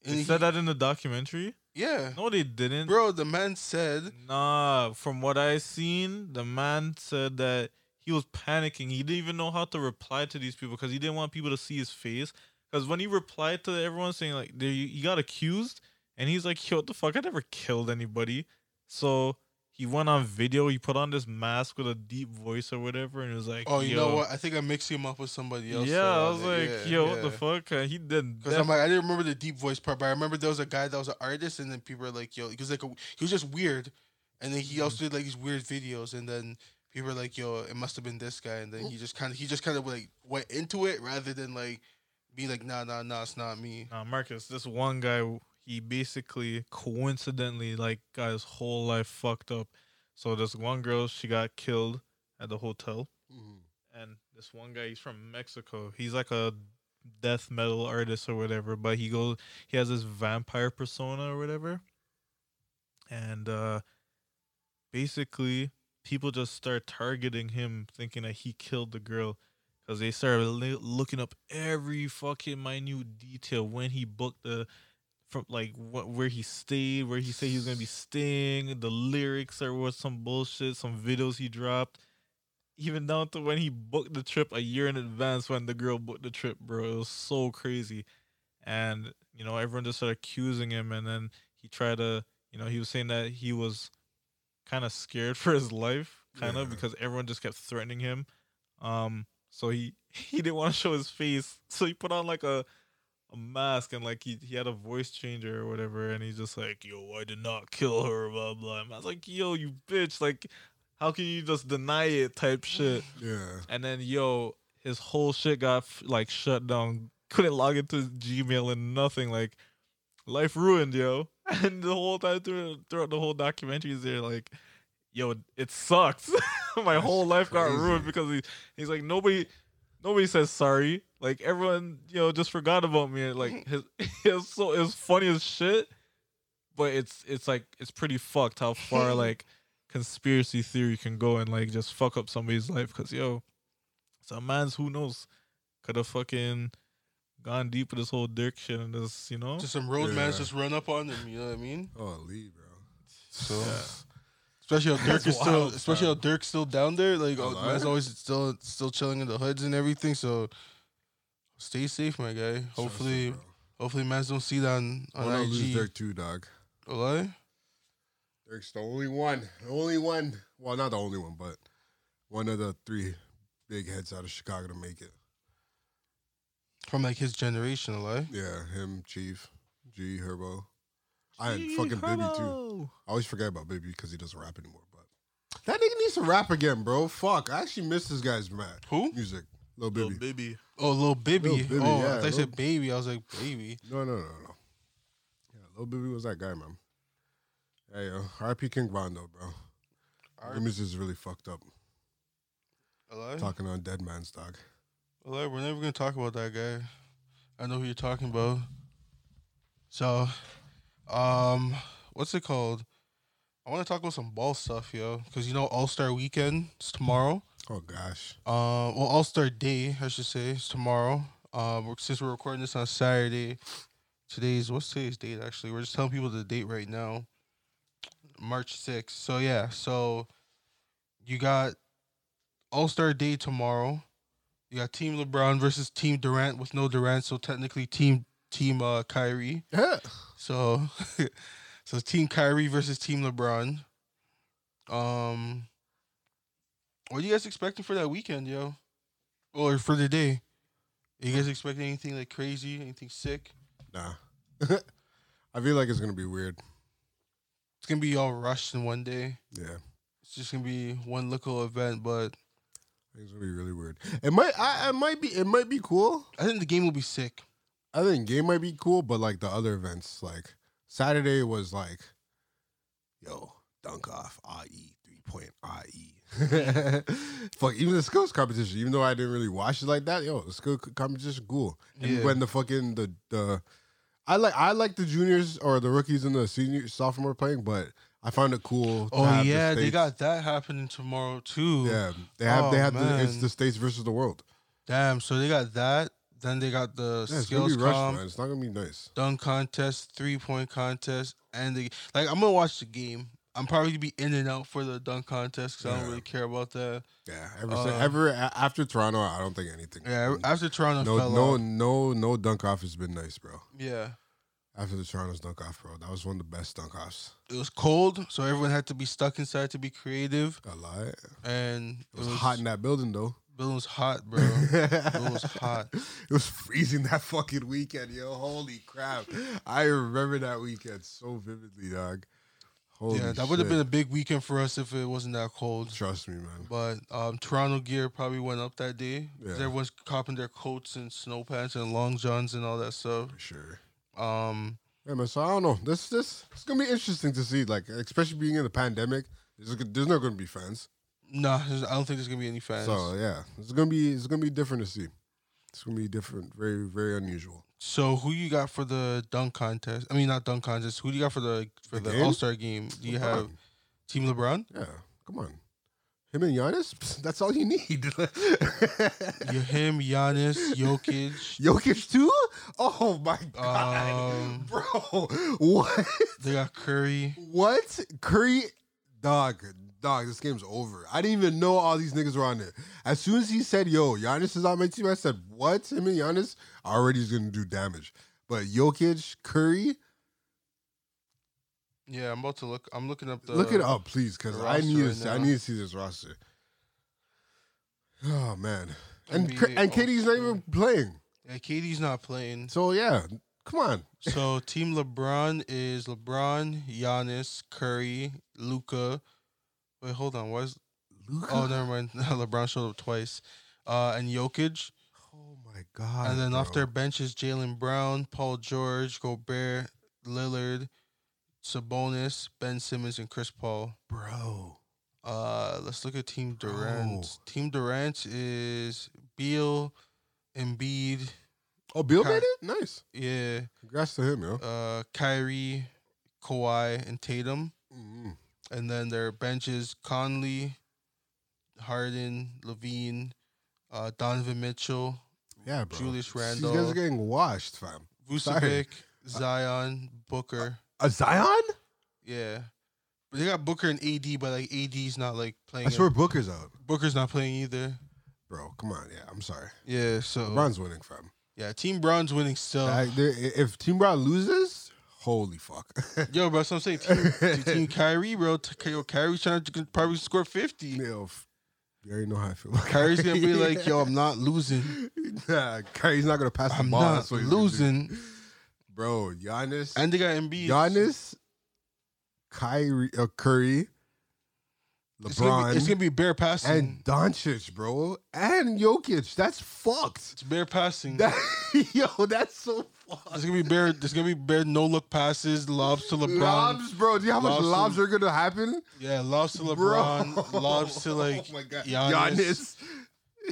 S2: They
S3: he-
S2: said that in the documentary?
S3: yeah,
S2: No, they didn't.
S3: bro. The man said,
S2: Nah, from what I seen, the man said that he was panicking. He didn't even know how to reply to these people because he didn't want people to see his face. Because when he replied to everyone saying like they, he got accused, and he's like, "Yo, what the fuck? I never killed anybody." So he went on video. He put on this mask with a deep voice or whatever, and he was like,
S3: "Oh, you know
S2: "Yo."
S3: what? I think I'm mixing him up with somebody else."
S2: Yeah, I was like, "Yo, what the
S3: fuck?
S2: fuck?" Uh, he did.
S3: Because I'm like, I didn't remember the deep voice part, but I remember there was a guy that was an artist, and then
S2: Mm-hmm.
S3: people were like, "Yo," he was like, a, he was just weird, and then he also did like these weird videos, and then people are like, "Yo, it must have been this guy," and then he just kind of he just kind of like went into it rather than like be like, "Nah, nah, nah, it's not me."
S2: Nah, Marcus, this one guy, he basically coincidentally like got his whole life fucked up. So this one girl, she got killed at the hotel,
S1: Mhm.
S2: and this one guy, he's from Mexico. He's like a death metal artist or whatever, but he goes, he has this vampire persona or whatever, and uh basically people just start targeting him, thinking that he killed the girl. Cause they started li- looking up every fucking minute detail when he booked the, from like what where he stayed, where he said he was gonna be staying, the lyrics or what some bullshit, some videos he dropped, even down to when he booked the trip a year in advance when the girl booked the trip, bro. It was so crazy, and you know everyone just started accusing him, and then he tried to, you know, he was saying that he was kind of scared for his life, kind of
S1: Yeah.
S2: because everyone just kept threatening him. Um, so he he didn't want to show his face. So he put on like a a mask and like he, he had a voice changer or whatever and he's just like, Yo, I did not kill her, blah blah. And I was like, Yo, you bitch, like how can you just deny it type shit?
S1: Yeah.
S2: And then yo, his whole shit got f- like shut down. Couldn't log into his Gmail and nothing. Like life ruined, yo. And the whole time through, throughout the whole documentary, is there like, yo, it sucks. My
S1: That's
S2: whole life got ruined
S1: crazy.
S2: because he, he's like nobody, nobody says sorry. Like everyone, you know, just forgot about me. And, Like his, it's so it's funny as shit, but it's it's like it's pretty fucked how far like conspiracy theory can go and like just fuck up somebody's life. Cause yo, some man's who knows could have fucking gone deep with this whole Dirk shit and this, you know.
S3: Just some road man's
S1: Yeah.
S3: just run up on them. You know what I mean?
S1: Oh, Lee, bro.
S3: So. Especially how Dirk
S2: That's
S3: is still,
S2: wild,
S3: especially how
S2: fam.
S3: Dirk's still down there. Like, oh,
S1: Hello?
S3: man's always still, still chilling in the hoods and everything. So, stay safe, my guy. Hopefully, hopefully, man's don't see that on,
S1: I
S3: on
S1: want to lose
S3: IG.
S1: Dirk too, dog.
S3: Hello?
S1: Dirk's the only one, the only one. Well, not the only one, but one of the three big heads out of Chicago to make it.
S3: From like his generation, hello?
S1: Yeah, him, Chief, G, Herbo. I had fucking Bibby too. I always forget about Bibby because he doesn't rap anymore. But that nigga needs to rap again, bro. Fuck, I actually miss this guy's man
S3: Who?
S1: music. Lil
S2: Little
S1: Bibby.
S2: Bibby.
S3: Oh, little Bibby.
S1: Lil Bibby,
S3: oh,
S1: yeah,
S3: I thought you
S1: Lil-
S3: said baby. I was like, baby.
S1: No, no, no, no. Yeah, Lil Bibby was that guy, man. Hey, yo, R.P. King Rondo, bro.
S3: Alright,
S1: Jimmy's is really fucked up.
S3: Hello?
S1: Talking on dead man's dog.
S3: Hello? We're never gonna talk about that guy. I know who you're talking about. So, um, what's it called? I want to talk about some ball stuff, yo, because you know All Star Weekend is tomorrow.
S1: Oh gosh.
S3: Uh, well, All Star Day, I should say, is tomorrow. Um, we're- since we're recording this on Saturday, today's what's today's date? Actually, we're just telling people the date right now, March 6th. So yeah, so you got All Star Day tomorrow. You got Team LeBron versus Team Durant with no Durant, so technically Team Team uh, Kyrie.
S1: Yeah.
S3: So, so Team Kyrie versus Team LeBron. Um, what are you guys expecting for that weekend, yo? Or for the day? Are you guys expecting anything like crazy? Anything sick?
S1: Nah. I feel like it's gonna be weird.
S3: It's gonna be all rushed in one day.
S1: Yeah.
S3: It's just gonna be one little event, but
S1: I think It's gonna be really weird. It might I, I might be it might be cool.
S3: I think the game will be sick.
S1: I think game might be cool, but like the other events, like Saturday was like, yo, dunk off, E, IE, three point IE. E. Fuck, even the skills competition, even though I didn't really watch it like that, yo, the skill c- competition cool. And
S3: Yeah.
S1: when the fucking the the I like I like the juniors or the rookies and the senior sophomore playing, but I found it cool. to
S3: Oh
S1: have the
S3: yeah, they
S1: states-
S3: got that happening tomorrow too.
S1: yeah they have they
S3: Oh,
S1: have the, it's
S3: man.
S1: the states versus the world.
S3: Damn. So they got that. Then they got the
S1: Yeah, it's gonna
S3: skills
S1: be rushed,
S3: comp.
S1: man. It's not gonna be nice.
S3: dunk contest, three point contest, and the like. I'm gonna watch the game. I'm probably gonna be in and out for the dunk contest because I
S1: Yeah.
S3: don't really care about that.
S1: Yeah, ever since,
S3: Uh,
S1: ever a- after Toronto, I don't think anything.
S3: Yeah, after Toronto
S1: no,
S3: fell
S1: no,
S3: off,
S1: no, no dunk off has been nice, bro.
S3: yeah,
S1: After the Toronto's dunk off, bro, that was one of the best dunk offs.
S3: it was cold, so everyone had to be stuck inside to be creative,
S1: A lot. It
S3: and it
S1: was, hot in that building though.
S3: It was hot, bro.
S1: it
S3: was hot.
S1: It was freezing that fucking weekend, yo. Holy crap! I remember that weekend so vividly, dog. Holy
S3: yeah, that would have
S1: shit.
S3: been a big weekend for us if it wasn't that cold.
S1: Trust me, man.
S3: But um, Toronto gear probably went up that day. 'cause
S1: Yeah.
S3: Everyone's copping their coats and snow pants and long johns and all that stuff.
S1: For sure.
S3: Um,
S1: Yeah, man. So I don't know. This this it's gonna be interesting to see. Like, especially being in the pandemic, there's, there's not gonna be fans.
S3: nah, there's- I don't think there's gonna be any fans.
S1: So yeah, it's gonna be it's gonna be different to see. It's gonna be different. Very very unusual.
S3: So who you got for the dunk contest? I mean, not dunk contest. Who do you got for the for
S1: The
S3: the,
S1: game?
S3: All Star game? Do you
S1: Come on.
S3: have Team LeBron?
S1: Yeah, come on. Him and Giannis, Psst, that's all you need.
S3: You him, Giannis, Jokic.
S1: Jokic too? Oh my god,
S3: Um,
S1: bro! What?
S3: they got Curry.
S1: What? Curry? Dog, dog. This game's over. I didn't even know all these niggas were on there. As soon as he said, "Yo, Giannis is on my team," I said, "What? Him and Giannis already is gonna do damage." But Jokic, Curry,
S3: Yeah, I'm about to look. I'm looking up the.
S1: look it up, please, because
S3: the
S1: I
S3: roster
S1: need to
S3: right
S1: see, I
S3: now.
S1: need to see this roster. Oh man, and Cur-
S3: NBA
S1: and Katie's not
S3: All-Star.
S1: even playing.
S3: Yeah, KD's not playing.
S1: So yeah, come on.
S3: So Team LeBron is LeBron, Giannis, Curry, Luca. Wait, hold on. Why is
S1: Luka.
S3: oh never mind. LeBron showed up twice. Uh, and Jokic.
S1: Oh my god.
S3: and then off
S1: bro.
S3: their bench is Jalen Brown, Paul George, Gobert, Lillard, Sabonis, Ben Simmons, and Chris Paul.
S1: bro.
S3: Uh, let's look at Team Durant.
S1: Bro.
S3: Team Durant is Beal, Embiid,
S1: Oh, Bill
S3: Ky-
S1: made it? Nice.
S3: yeah,
S1: Congrats to him, yo.
S3: uh, Kyrie, Kawhi, and Tatum.
S1: Mhm.
S3: And then their benches Conley, Harden, Levine, uh, Donovan Mitchell,
S1: Yeah, bro.
S3: Julius
S1: These guys
S3: Randle.
S1: are getting washed, fam.
S3: Vucevic, Zion, Booker.
S1: A Zion?
S3: Yeah. But they got Booker and AD, but like AD's not like playing.
S1: I swear
S3: it.
S1: Booker's out.
S3: Booker's not playing either.
S1: Bro, come on. Yeah, I'm sorry.
S3: Yeah, so
S1: LeBron's winning, fam.
S3: yeah, Team Brown's winning still.
S1: I- they- if Team Brown loses, holy fuck.
S3: Yo, bro, so I'm saying Team, team Kyrie, bro. T- yo, Kyrie's trying to g- probably score fifty.
S1: Yo, f- you already know how I feel. about
S3: Kyrie's gonna be
S1: Kyrie.
S3: like, yo, I'm not losing.
S1: nah, Kyrie's not gonna pass the
S3: I'm
S1: ball.
S3: not
S1: That's what he's gonna do.
S3: losing.
S1: bro. Giannis
S3: And they got Embiid.
S1: Giannis, Kyrie, uh, Curry,
S3: It's gonna,
S1: LeBron,
S3: be, it's gonna be bare passing.
S1: and Doncic, bro, and Jokic. That's fucked.
S3: it's bare passing.
S1: That, yo, that's so fucked.
S3: it's gonna be bare. There's gonna be bare no look passes, lobs to LeBron.
S1: Lobs, bro. Do you know how much
S3: Lobs
S1: lobs are gonna happen?
S3: Yeah, lobs to
S1: Bro.
S3: LeBron. Lobs to like
S1: oh my God.
S3: Giannis,
S1: Giannis.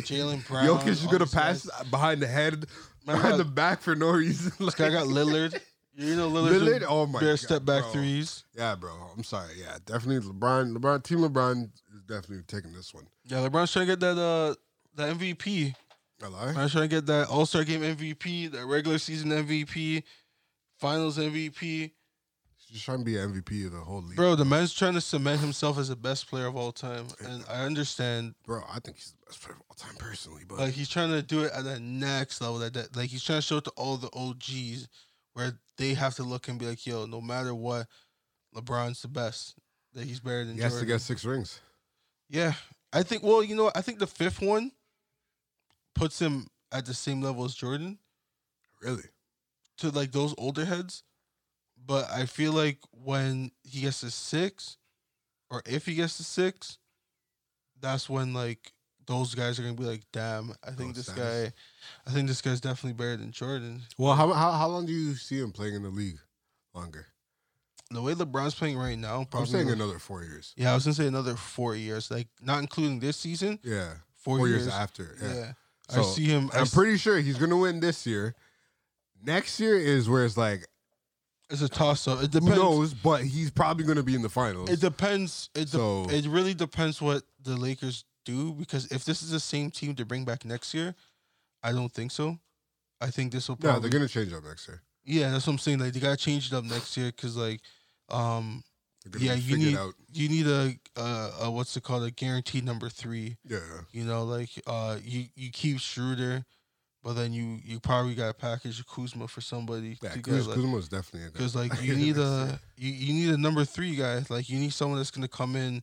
S3: Jalen Brown.
S1: Jokic is
S3: all
S1: gonna
S3: these guys.
S1: pass behind the head,
S3: Man, I
S1: behind
S3: got-
S1: the back for no reason.
S3: This guy got Lillard. You know Lillard's
S1: Lillard,
S3: a
S1: oh my
S3: bare
S1: God,
S3: step back
S1: bro.
S3: threes.
S1: Yeah, bro. I'm sorry. Yeah, definitely LeBron. LeBron team LeBron is definitely taking this one.
S3: Yeah, LeBron's trying to get that uh that MVP.
S1: I lie.
S3: LeBron's trying to get that All Star Game MVP, that regular season MVP, Finals MVP.
S1: He's just trying to be an MVP of the whole league. Bro,
S3: Bro, the man's trying to cement himself as the best player of all time, and I understand.
S1: I think he's the best player of all time personally, but
S3: Like he's trying to do it at the next level. That, that like he's trying to show it to all the OGs, where they have to look and be like, yo, no matter what, LeBron's the best. That he's better than
S1: he has to
S3: Jordan.
S1: get six rings.
S3: Yeah, I think. Well, you know, what? I think the fifth one puts him at the same level as Jordan
S1: Really?
S3: to like those older heads. But I feel like when he gets to six, or if he gets to six, that's when like those guys are gonna be like, "Damn, I think
S1: Those
S3: this
S1: guys.
S3: guy, I think this guy's definitely better than Jordan."
S1: Well, how, how how long do you see him playing in the league? Longer.
S3: The way LeBron's playing right now, probably.
S1: I'm saying another four years.
S3: yeah, I was gonna say another four years, like not including this season,
S1: Yeah,
S3: four,
S1: four,
S3: years.
S1: years. after. Yeah.
S3: yeah, I
S1: So,
S3: see him. I
S1: I'm
S3: s-
S1: pretty sure he's gonna win this year. Next year is where it's like
S3: It's a toss up. It
S1: who
S3: depends.
S1: knows, but he's probably gonna be in the finals.
S3: It depends. It, de-
S1: So-
S3: it really depends what the Lakers do because if this is the same team to bring back next year, I don't think so. I think this will
S1: yeah,
S3: probably.
S1: they're
S3: Yeah,
S1: gonna change up next year.
S3: that's what I'm saying. Like they gotta change it up next year because like, um,
S1: They're gonna
S3: Yeah,
S1: be-
S3: you
S1: figure it
S3: need-
S1: out.
S3: you need a, a, a what's it called a guaranteed number three.
S1: Yeah.
S3: You know, like uh, you you keep Schroeder, but then you you probably gotta package Kuzma for somebody.
S1: Yeah,
S3: to get,
S1: Kuz,
S3: like-
S1: Kuzma's definitely in there.
S3: because like you need a you, you need a number three guy. Like you need someone that's gonna come in,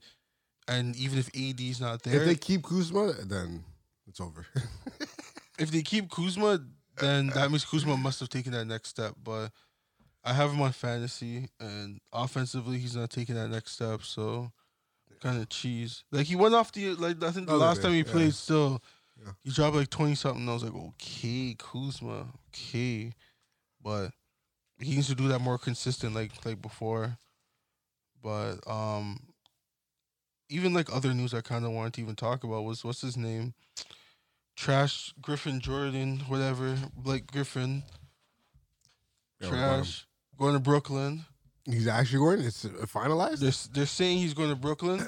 S3: and even if AD's not there,
S1: if they keep Kuzma, then it's over.
S3: keep Kuzma, then that means Kuzma must have taken that next step. But I have him on fantasy, and offensively, he's not taking that next step. So, kind of cheese. Like he went off the like I think the
S1: Other
S3: last
S1: day,
S3: time he
S1: Oh, yeah.
S3: played, still
S1: Yeah.
S3: he dropped like twenty something. I was like, okay, Kuzma, okay, but he needs to do that more consistent, like like before. But um, even like other news, I kind of wanted to even talk about was what's his name, Trash Griffin Jordan, whatever Blake Griffin,
S1: Yeah, what about him?
S3: Trash going to Brooklyn.
S1: He's actually going. It's uh, finalized.
S3: They're, they're saying he's going to Brooklyn.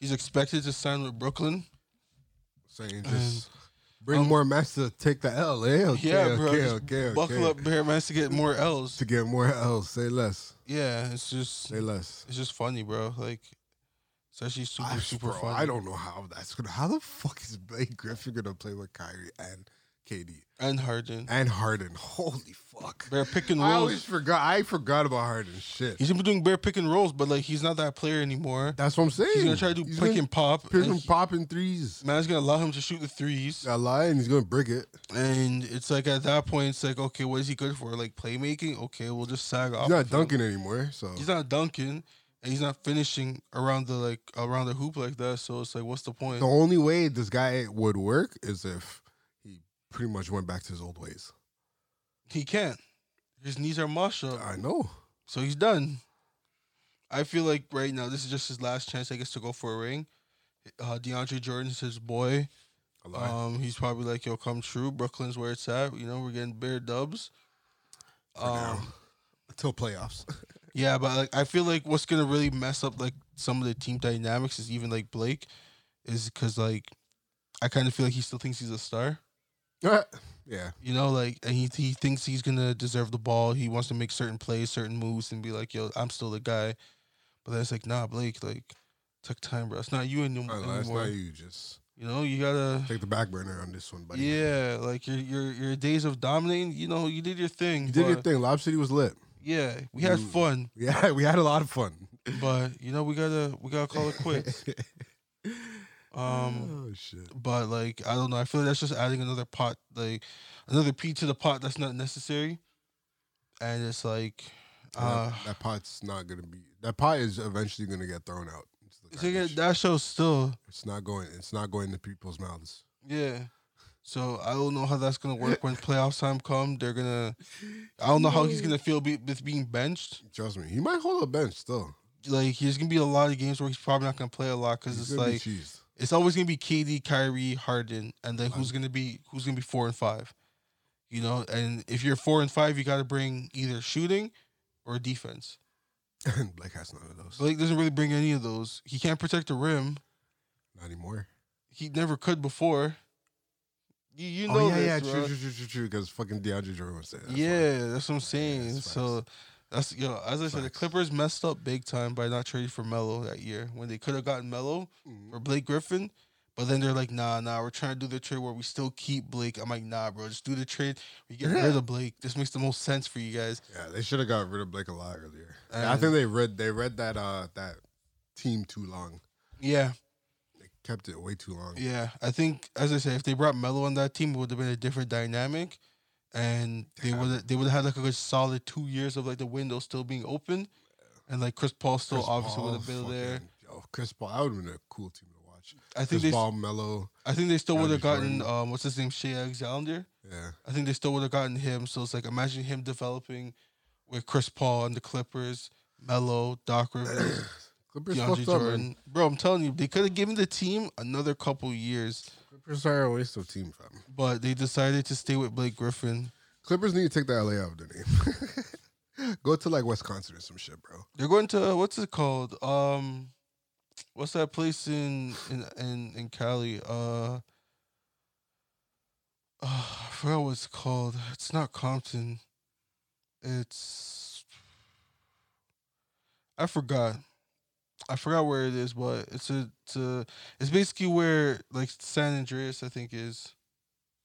S3: He's expected to sign with Brooklyn.
S1: Saying just bring more mess to take the L. Eh? Okay,
S3: yeah,
S1: okay,
S3: bro.
S1: Okay,
S3: just
S1: okay,
S3: buckle up, Bear Mans, to get more L's.
S1: to get more L. Say less.
S3: Yeah, it's just
S1: Say less.
S3: it's just funny, bro. Like, it's actually super
S1: I,
S3: super
S1: bro,
S3: funny.
S1: I don't know how that's gonna. How the fuck is Blake Griffin gonna play with Kyrie and KD
S3: and Harden.
S1: and Harden? Holy fuck!
S3: Bear pick and
S1: I
S3: rolls.
S1: always forgot. I forgot about Harden. Shit.
S3: He's gonna be doing bear pick and rolls, but like he's not that player anymore.
S1: That's what I'm saying.
S3: He's gonna try to do
S1: He's
S3: pick
S1: gonna-
S3: and pop.
S1: pick
S3: and
S1: and popping threes.
S3: Man's gonna allow him to shoot the threes,
S1: I lie, and he's gonna break it.
S3: and it's like at that point, it's like, okay, what is he good for? Like playmaking? Okay, we'll just sag off.
S1: He's not
S3: of him.
S1: dunking anymore. So
S3: Oh, He's not dunking, and he's not finishing around the like around the hoop like that. So it's like, what's the point?
S1: the only way this guy would work is if he pretty much went back to his old ways.
S3: He can't. His knees are mushed up,
S1: I know.
S3: so he's done. I feel like right now this is just his last chance, I guess, to go for a ring. Uh, DeAndre Jordan's his boy.
S1: I lie.
S3: Um, he's probably like, "Yo, come true. Brooklyn's where it's at. You know, we're getting bare dubs."
S1: For now.
S3: Um,
S1: Until playoffs.
S3: yeah, but like, I feel like what's gonna really mess up like some of the team dynamics is even like Blake, is because like I kind of feel like he still thinks he's a star.
S1: yeah.
S3: You know, like and he he thinks he's gonna deserve the ball. He wants to make certain plays, certain moves, and be like, "Yo, I'm still the guy." But then it's like, "Nah, Blake, like, took time, bro. It's not you any-
S1: I
S3: anymore.
S1: lie. It's not you. Just
S3: You know, you gotta,
S1: take the back burner on this one, buddy.
S3: yeah, like your your your days of dominating. You know, you did your thing.
S1: You did your
S3: but-
S1: thing. Lob City was lit.
S3: Yeah, we had
S1: Mm.
S3: fun,
S1: Yeah, we had a lot of fun.
S3: but you know, we gotta we gotta call it quits. Um,
S1: oh shit.
S3: but like I don't know, I feel like that's just adding another pot, like another P to the pot that's not necessary, and it's like. Uh,
S1: that, that pot's not gonna be. That pot is eventually gonna get thrown out. It's, the
S3: So yeah,
S1: garbage.
S3: that show's still
S1: it's not going. It's not going to people's mouths.
S3: yeah. So I don't know how that's gonna work when playoff time come. They're gonna. I don't know how he's gonna feel be, with being benched.
S1: Trust me, he might hold a bench still.
S3: Like there's gonna be a lot of games where he's probably not gonna play a lot because
S1: He's
S3: it's
S1: gonna be
S3: like
S1: cheesed.
S3: it's always gonna be KD, Kyrie, Harden, and then who's gonna be who's gonna be four and five, you know. And if you're four and five, you gotta bring either shooting or defense.
S1: Blake has none of those.
S3: Blake doesn't really bring any of those. He can't protect the rim.
S1: Not anymore.
S3: He never could before. You, you know
S1: oh yeah,
S3: this,
S1: yeah,
S3: bro.
S1: true, true, true, true, true. Because fucking DeAndre Jordan was there. That's why.
S3: yeah, that's what I'm saying.
S1: that's
S3: so that's yo. As I said, the
S1: Facts.
S3: Clippers messed up big time by not trading for Melo that year when they could have gotten Melo
S1: Mhm.
S3: or Blake Griffin. But then they're like, nah, nah, we're trying to do the trade where we still keep Blake. I'm like, nah, bro, just do the trade. We get rid of Blake. This makes the most sense for you guys.
S1: yeah. They should have got rid of Blake a lot earlier. I
S3: And-
S1: think they read they read that uh that team too long.
S3: Yeah,
S1: They kept it way too long.
S3: yeah. I think, as I said, if they brought Melo on that team, it would have been a different dynamic, and they
S1: Yeah.
S3: would they would have had like a good solid two years of like the window still being open, and like Chris Paul still
S1: Chris
S3: obviously
S1: Paul
S3: would have been there.
S1: fucking- Yo, Chris Paul, that would have been a cool team to watch.
S3: I think
S1: Chris
S3: they s-
S1: Paul, Mello,
S3: I think they still would have
S1: DeAndre Jordan.
S3: gotten um, what's his name Shea Alexander.
S1: yeah,
S3: I think they still would have gotten him. So it's like imagine him developing with Chris Paul and the Clippers, Melo, Doc Rivers,
S1: Clippers
S3: DeAndre
S1: fucked up, man.
S3: Jordan. Bro, I'm telling you, they could have given the team another couple years,
S1: Clippers are a waste of team, fam.
S3: but they decided to stay with Blake Griffin.
S1: Clippers need to take the LA out of their name. Go to like Wisconsin or some shit, bro.
S3: They're going to uh, what's it called? Um, what's that place in in in, in Cali? Uh, uh, I forgot what it's called. It's not Compton. It's I forgot. I forgot where it is, but it's a it's a it's basically where like San Andreas I think is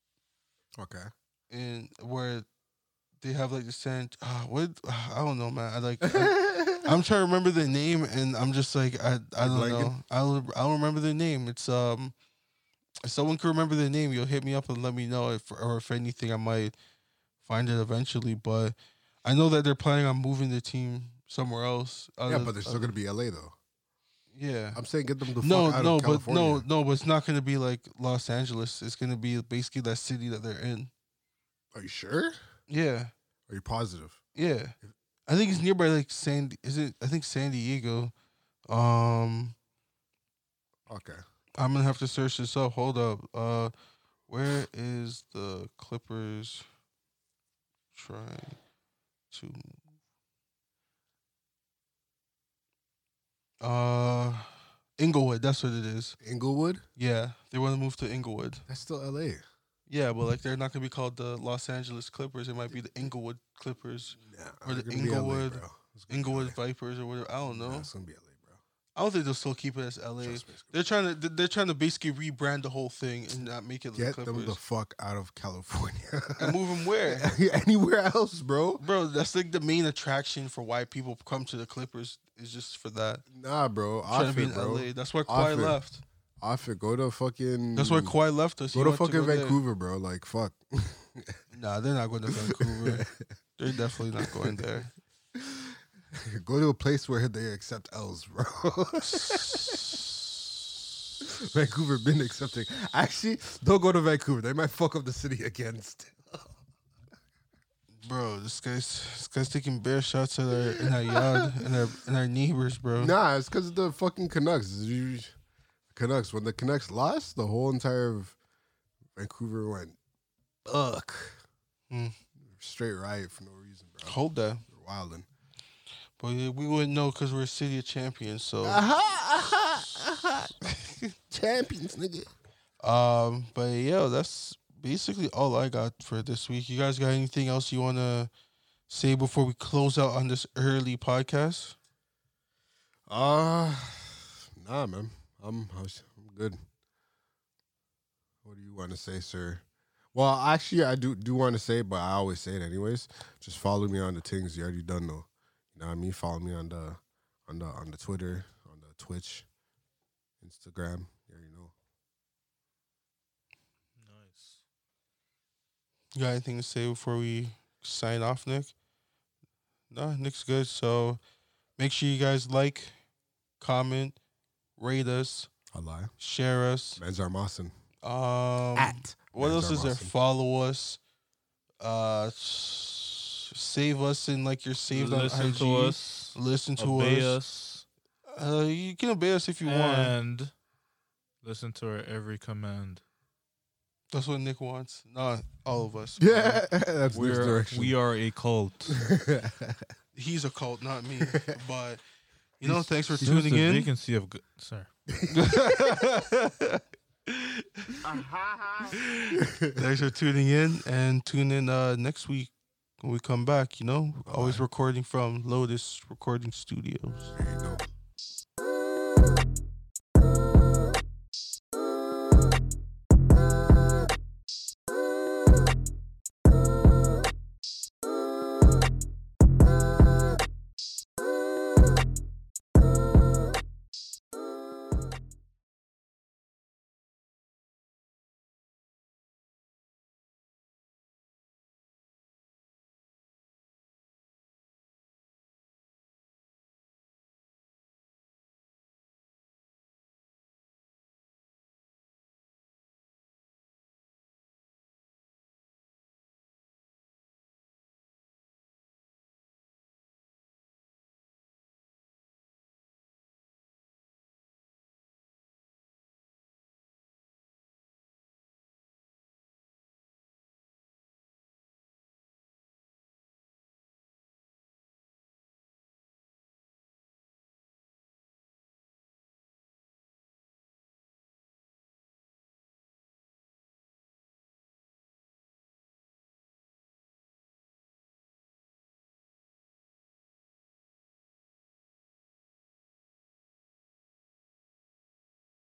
S1: Okay.
S3: in where they have like the San uh, what I don't know man I like I- I'm trying to remember the name, and I'm just like I I don't
S1: Blanking?
S3: know. I don't, I don't remember the name. It's um, if someone can remember the name, you'll hit me up and let me know if or if anything, I might find it eventually. But I know that they're planning on moving the team somewhere else.
S1: yeah,
S3: other-
S1: but they're still
S3: other-
S1: gonna be LA though.
S3: yeah.
S1: I'm saying get them the
S3: no,
S1: fuck out
S3: no,
S1: of
S3: but
S1: California.
S3: no, no, but it's not gonna be like Los Angeles. It's gonna be basically that city that they're in.
S1: Are you sure?
S3: Yeah,
S1: Are you positive?
S3: yeah. I think it's nearby, like San. Is it? I think San Diego. Um,
S1: Okay.
S3: I'm gonna have to search this up. Hold up. Uh, where is the Clippers trying to? Uh, Inglewood. That's what it is.
S1: Inglewood?
S3: Yeah, they want to move to Inglewood.
S1: That's still LA.
S3: Yeah, but like they're not gonna be called the Los Angeles Clippers. It might be the Inglewood Clippers,
S1: Nah,
S3: Or the
S1: they're gonna be LA,
S3: Inglewood-
S1: bro. It's gonna be
S3: Inglewood
S1: LA.
S3: Vipers, or whatever. I don't
S1: Nah,
S3: know.
S1: it's gonna be LA,
S3: I don't think they'll still keep it as
S1: bro.
S3: LA.
S1: Trust me, it's
S3: They're trying to they- they're trying to basically rebrand the whole thing and not make it the
S1: Get
S3: Clippers.
S1: them the fuck out of California.
S3: and move them where,
S1: Anywhere else, bro.
S3: bro? That's like the main attraction for why people come to the Clippers is just for that.
S1: Nah, bro.
S3: Trying to
S1: Off
S3: be in
S1: it, bro.
S3: LA. That's why Kawhi
S1: Off it.
S3: left.
S1: Off it. Go to fucking.
S3: That's why Kawhi left us. He
S1: Go to
S3: went
S1: fucking
S3: there.
S1: Vancouver, bro. Like, fuck.
S3: Nah, they're not going to Vancouver. they're definitely not going there.
S1: Go to a place where they accept L's, bro. Vancouver been accepting. Actually, don't go to Vancouver. They might fuck up the city again. still.
S3: Bro, this guy's this guy's taking bear shots at our in our yard and our and our neighbors, bro.
S1: Nah, it's because of the fucking Canucks. You- Canucks. When the Canucks lost, the whole entire of Vancouver went buck.
S3: Mm.
S1: Straight riot for no reason, bro.
S3: Hold that,
S1: They're wilding.
S3: but yeah, we wouldn't know because we're a city of champions. So,
S1: Champions, nigga.
S3: um, but yeah, that's basically all I got for this week. You guys got anything else you wanna say before we close out on this early podcast?
S1: Uh, nah, man. I'm I'm good. What do you want to say, sir? Well, actually, I do do want to say, but I always say it anyways. Just follow me on the things you already done know. You know what I mean? Follow me on the on the on the Twitter, on the Twitch, Instagram. You already know.
S2: Nice.
S3: You got anything to say before we sign off, Nick? Nah, Nick's good. So, make sure you guys like, comment, rate us,
S1: I lie.
S3: share us.
S1: Manzar Mawson.
S3: Um, What
S1: Manzar
S3: else is there?
S1: Mawson.
S3: Follow us. Uh, s- save us in like you're saved on
S2: Listen
S3: IG.
S2: to us.
S3: Listen to
S2: obey
S3: us.
S2: us.
S3: Uh, you can obey us if you want.
S2: and listen to our every command.
S3: That's what Nick wants. Not all of us.
S1: Yeah, that's next
S2: We're,
S1: direction.
S2: we are a cult.
S3: he's a cult, not me. but you know, thanks for
S2: Here's
S3: tuning
S2: the
S3: in.
S2: Vacancy of go- sir.
S3: thanks for tuning in, and tune in uh, next week when we come back. You know, always recording from Lotus Recording Studios.
S1: There you go.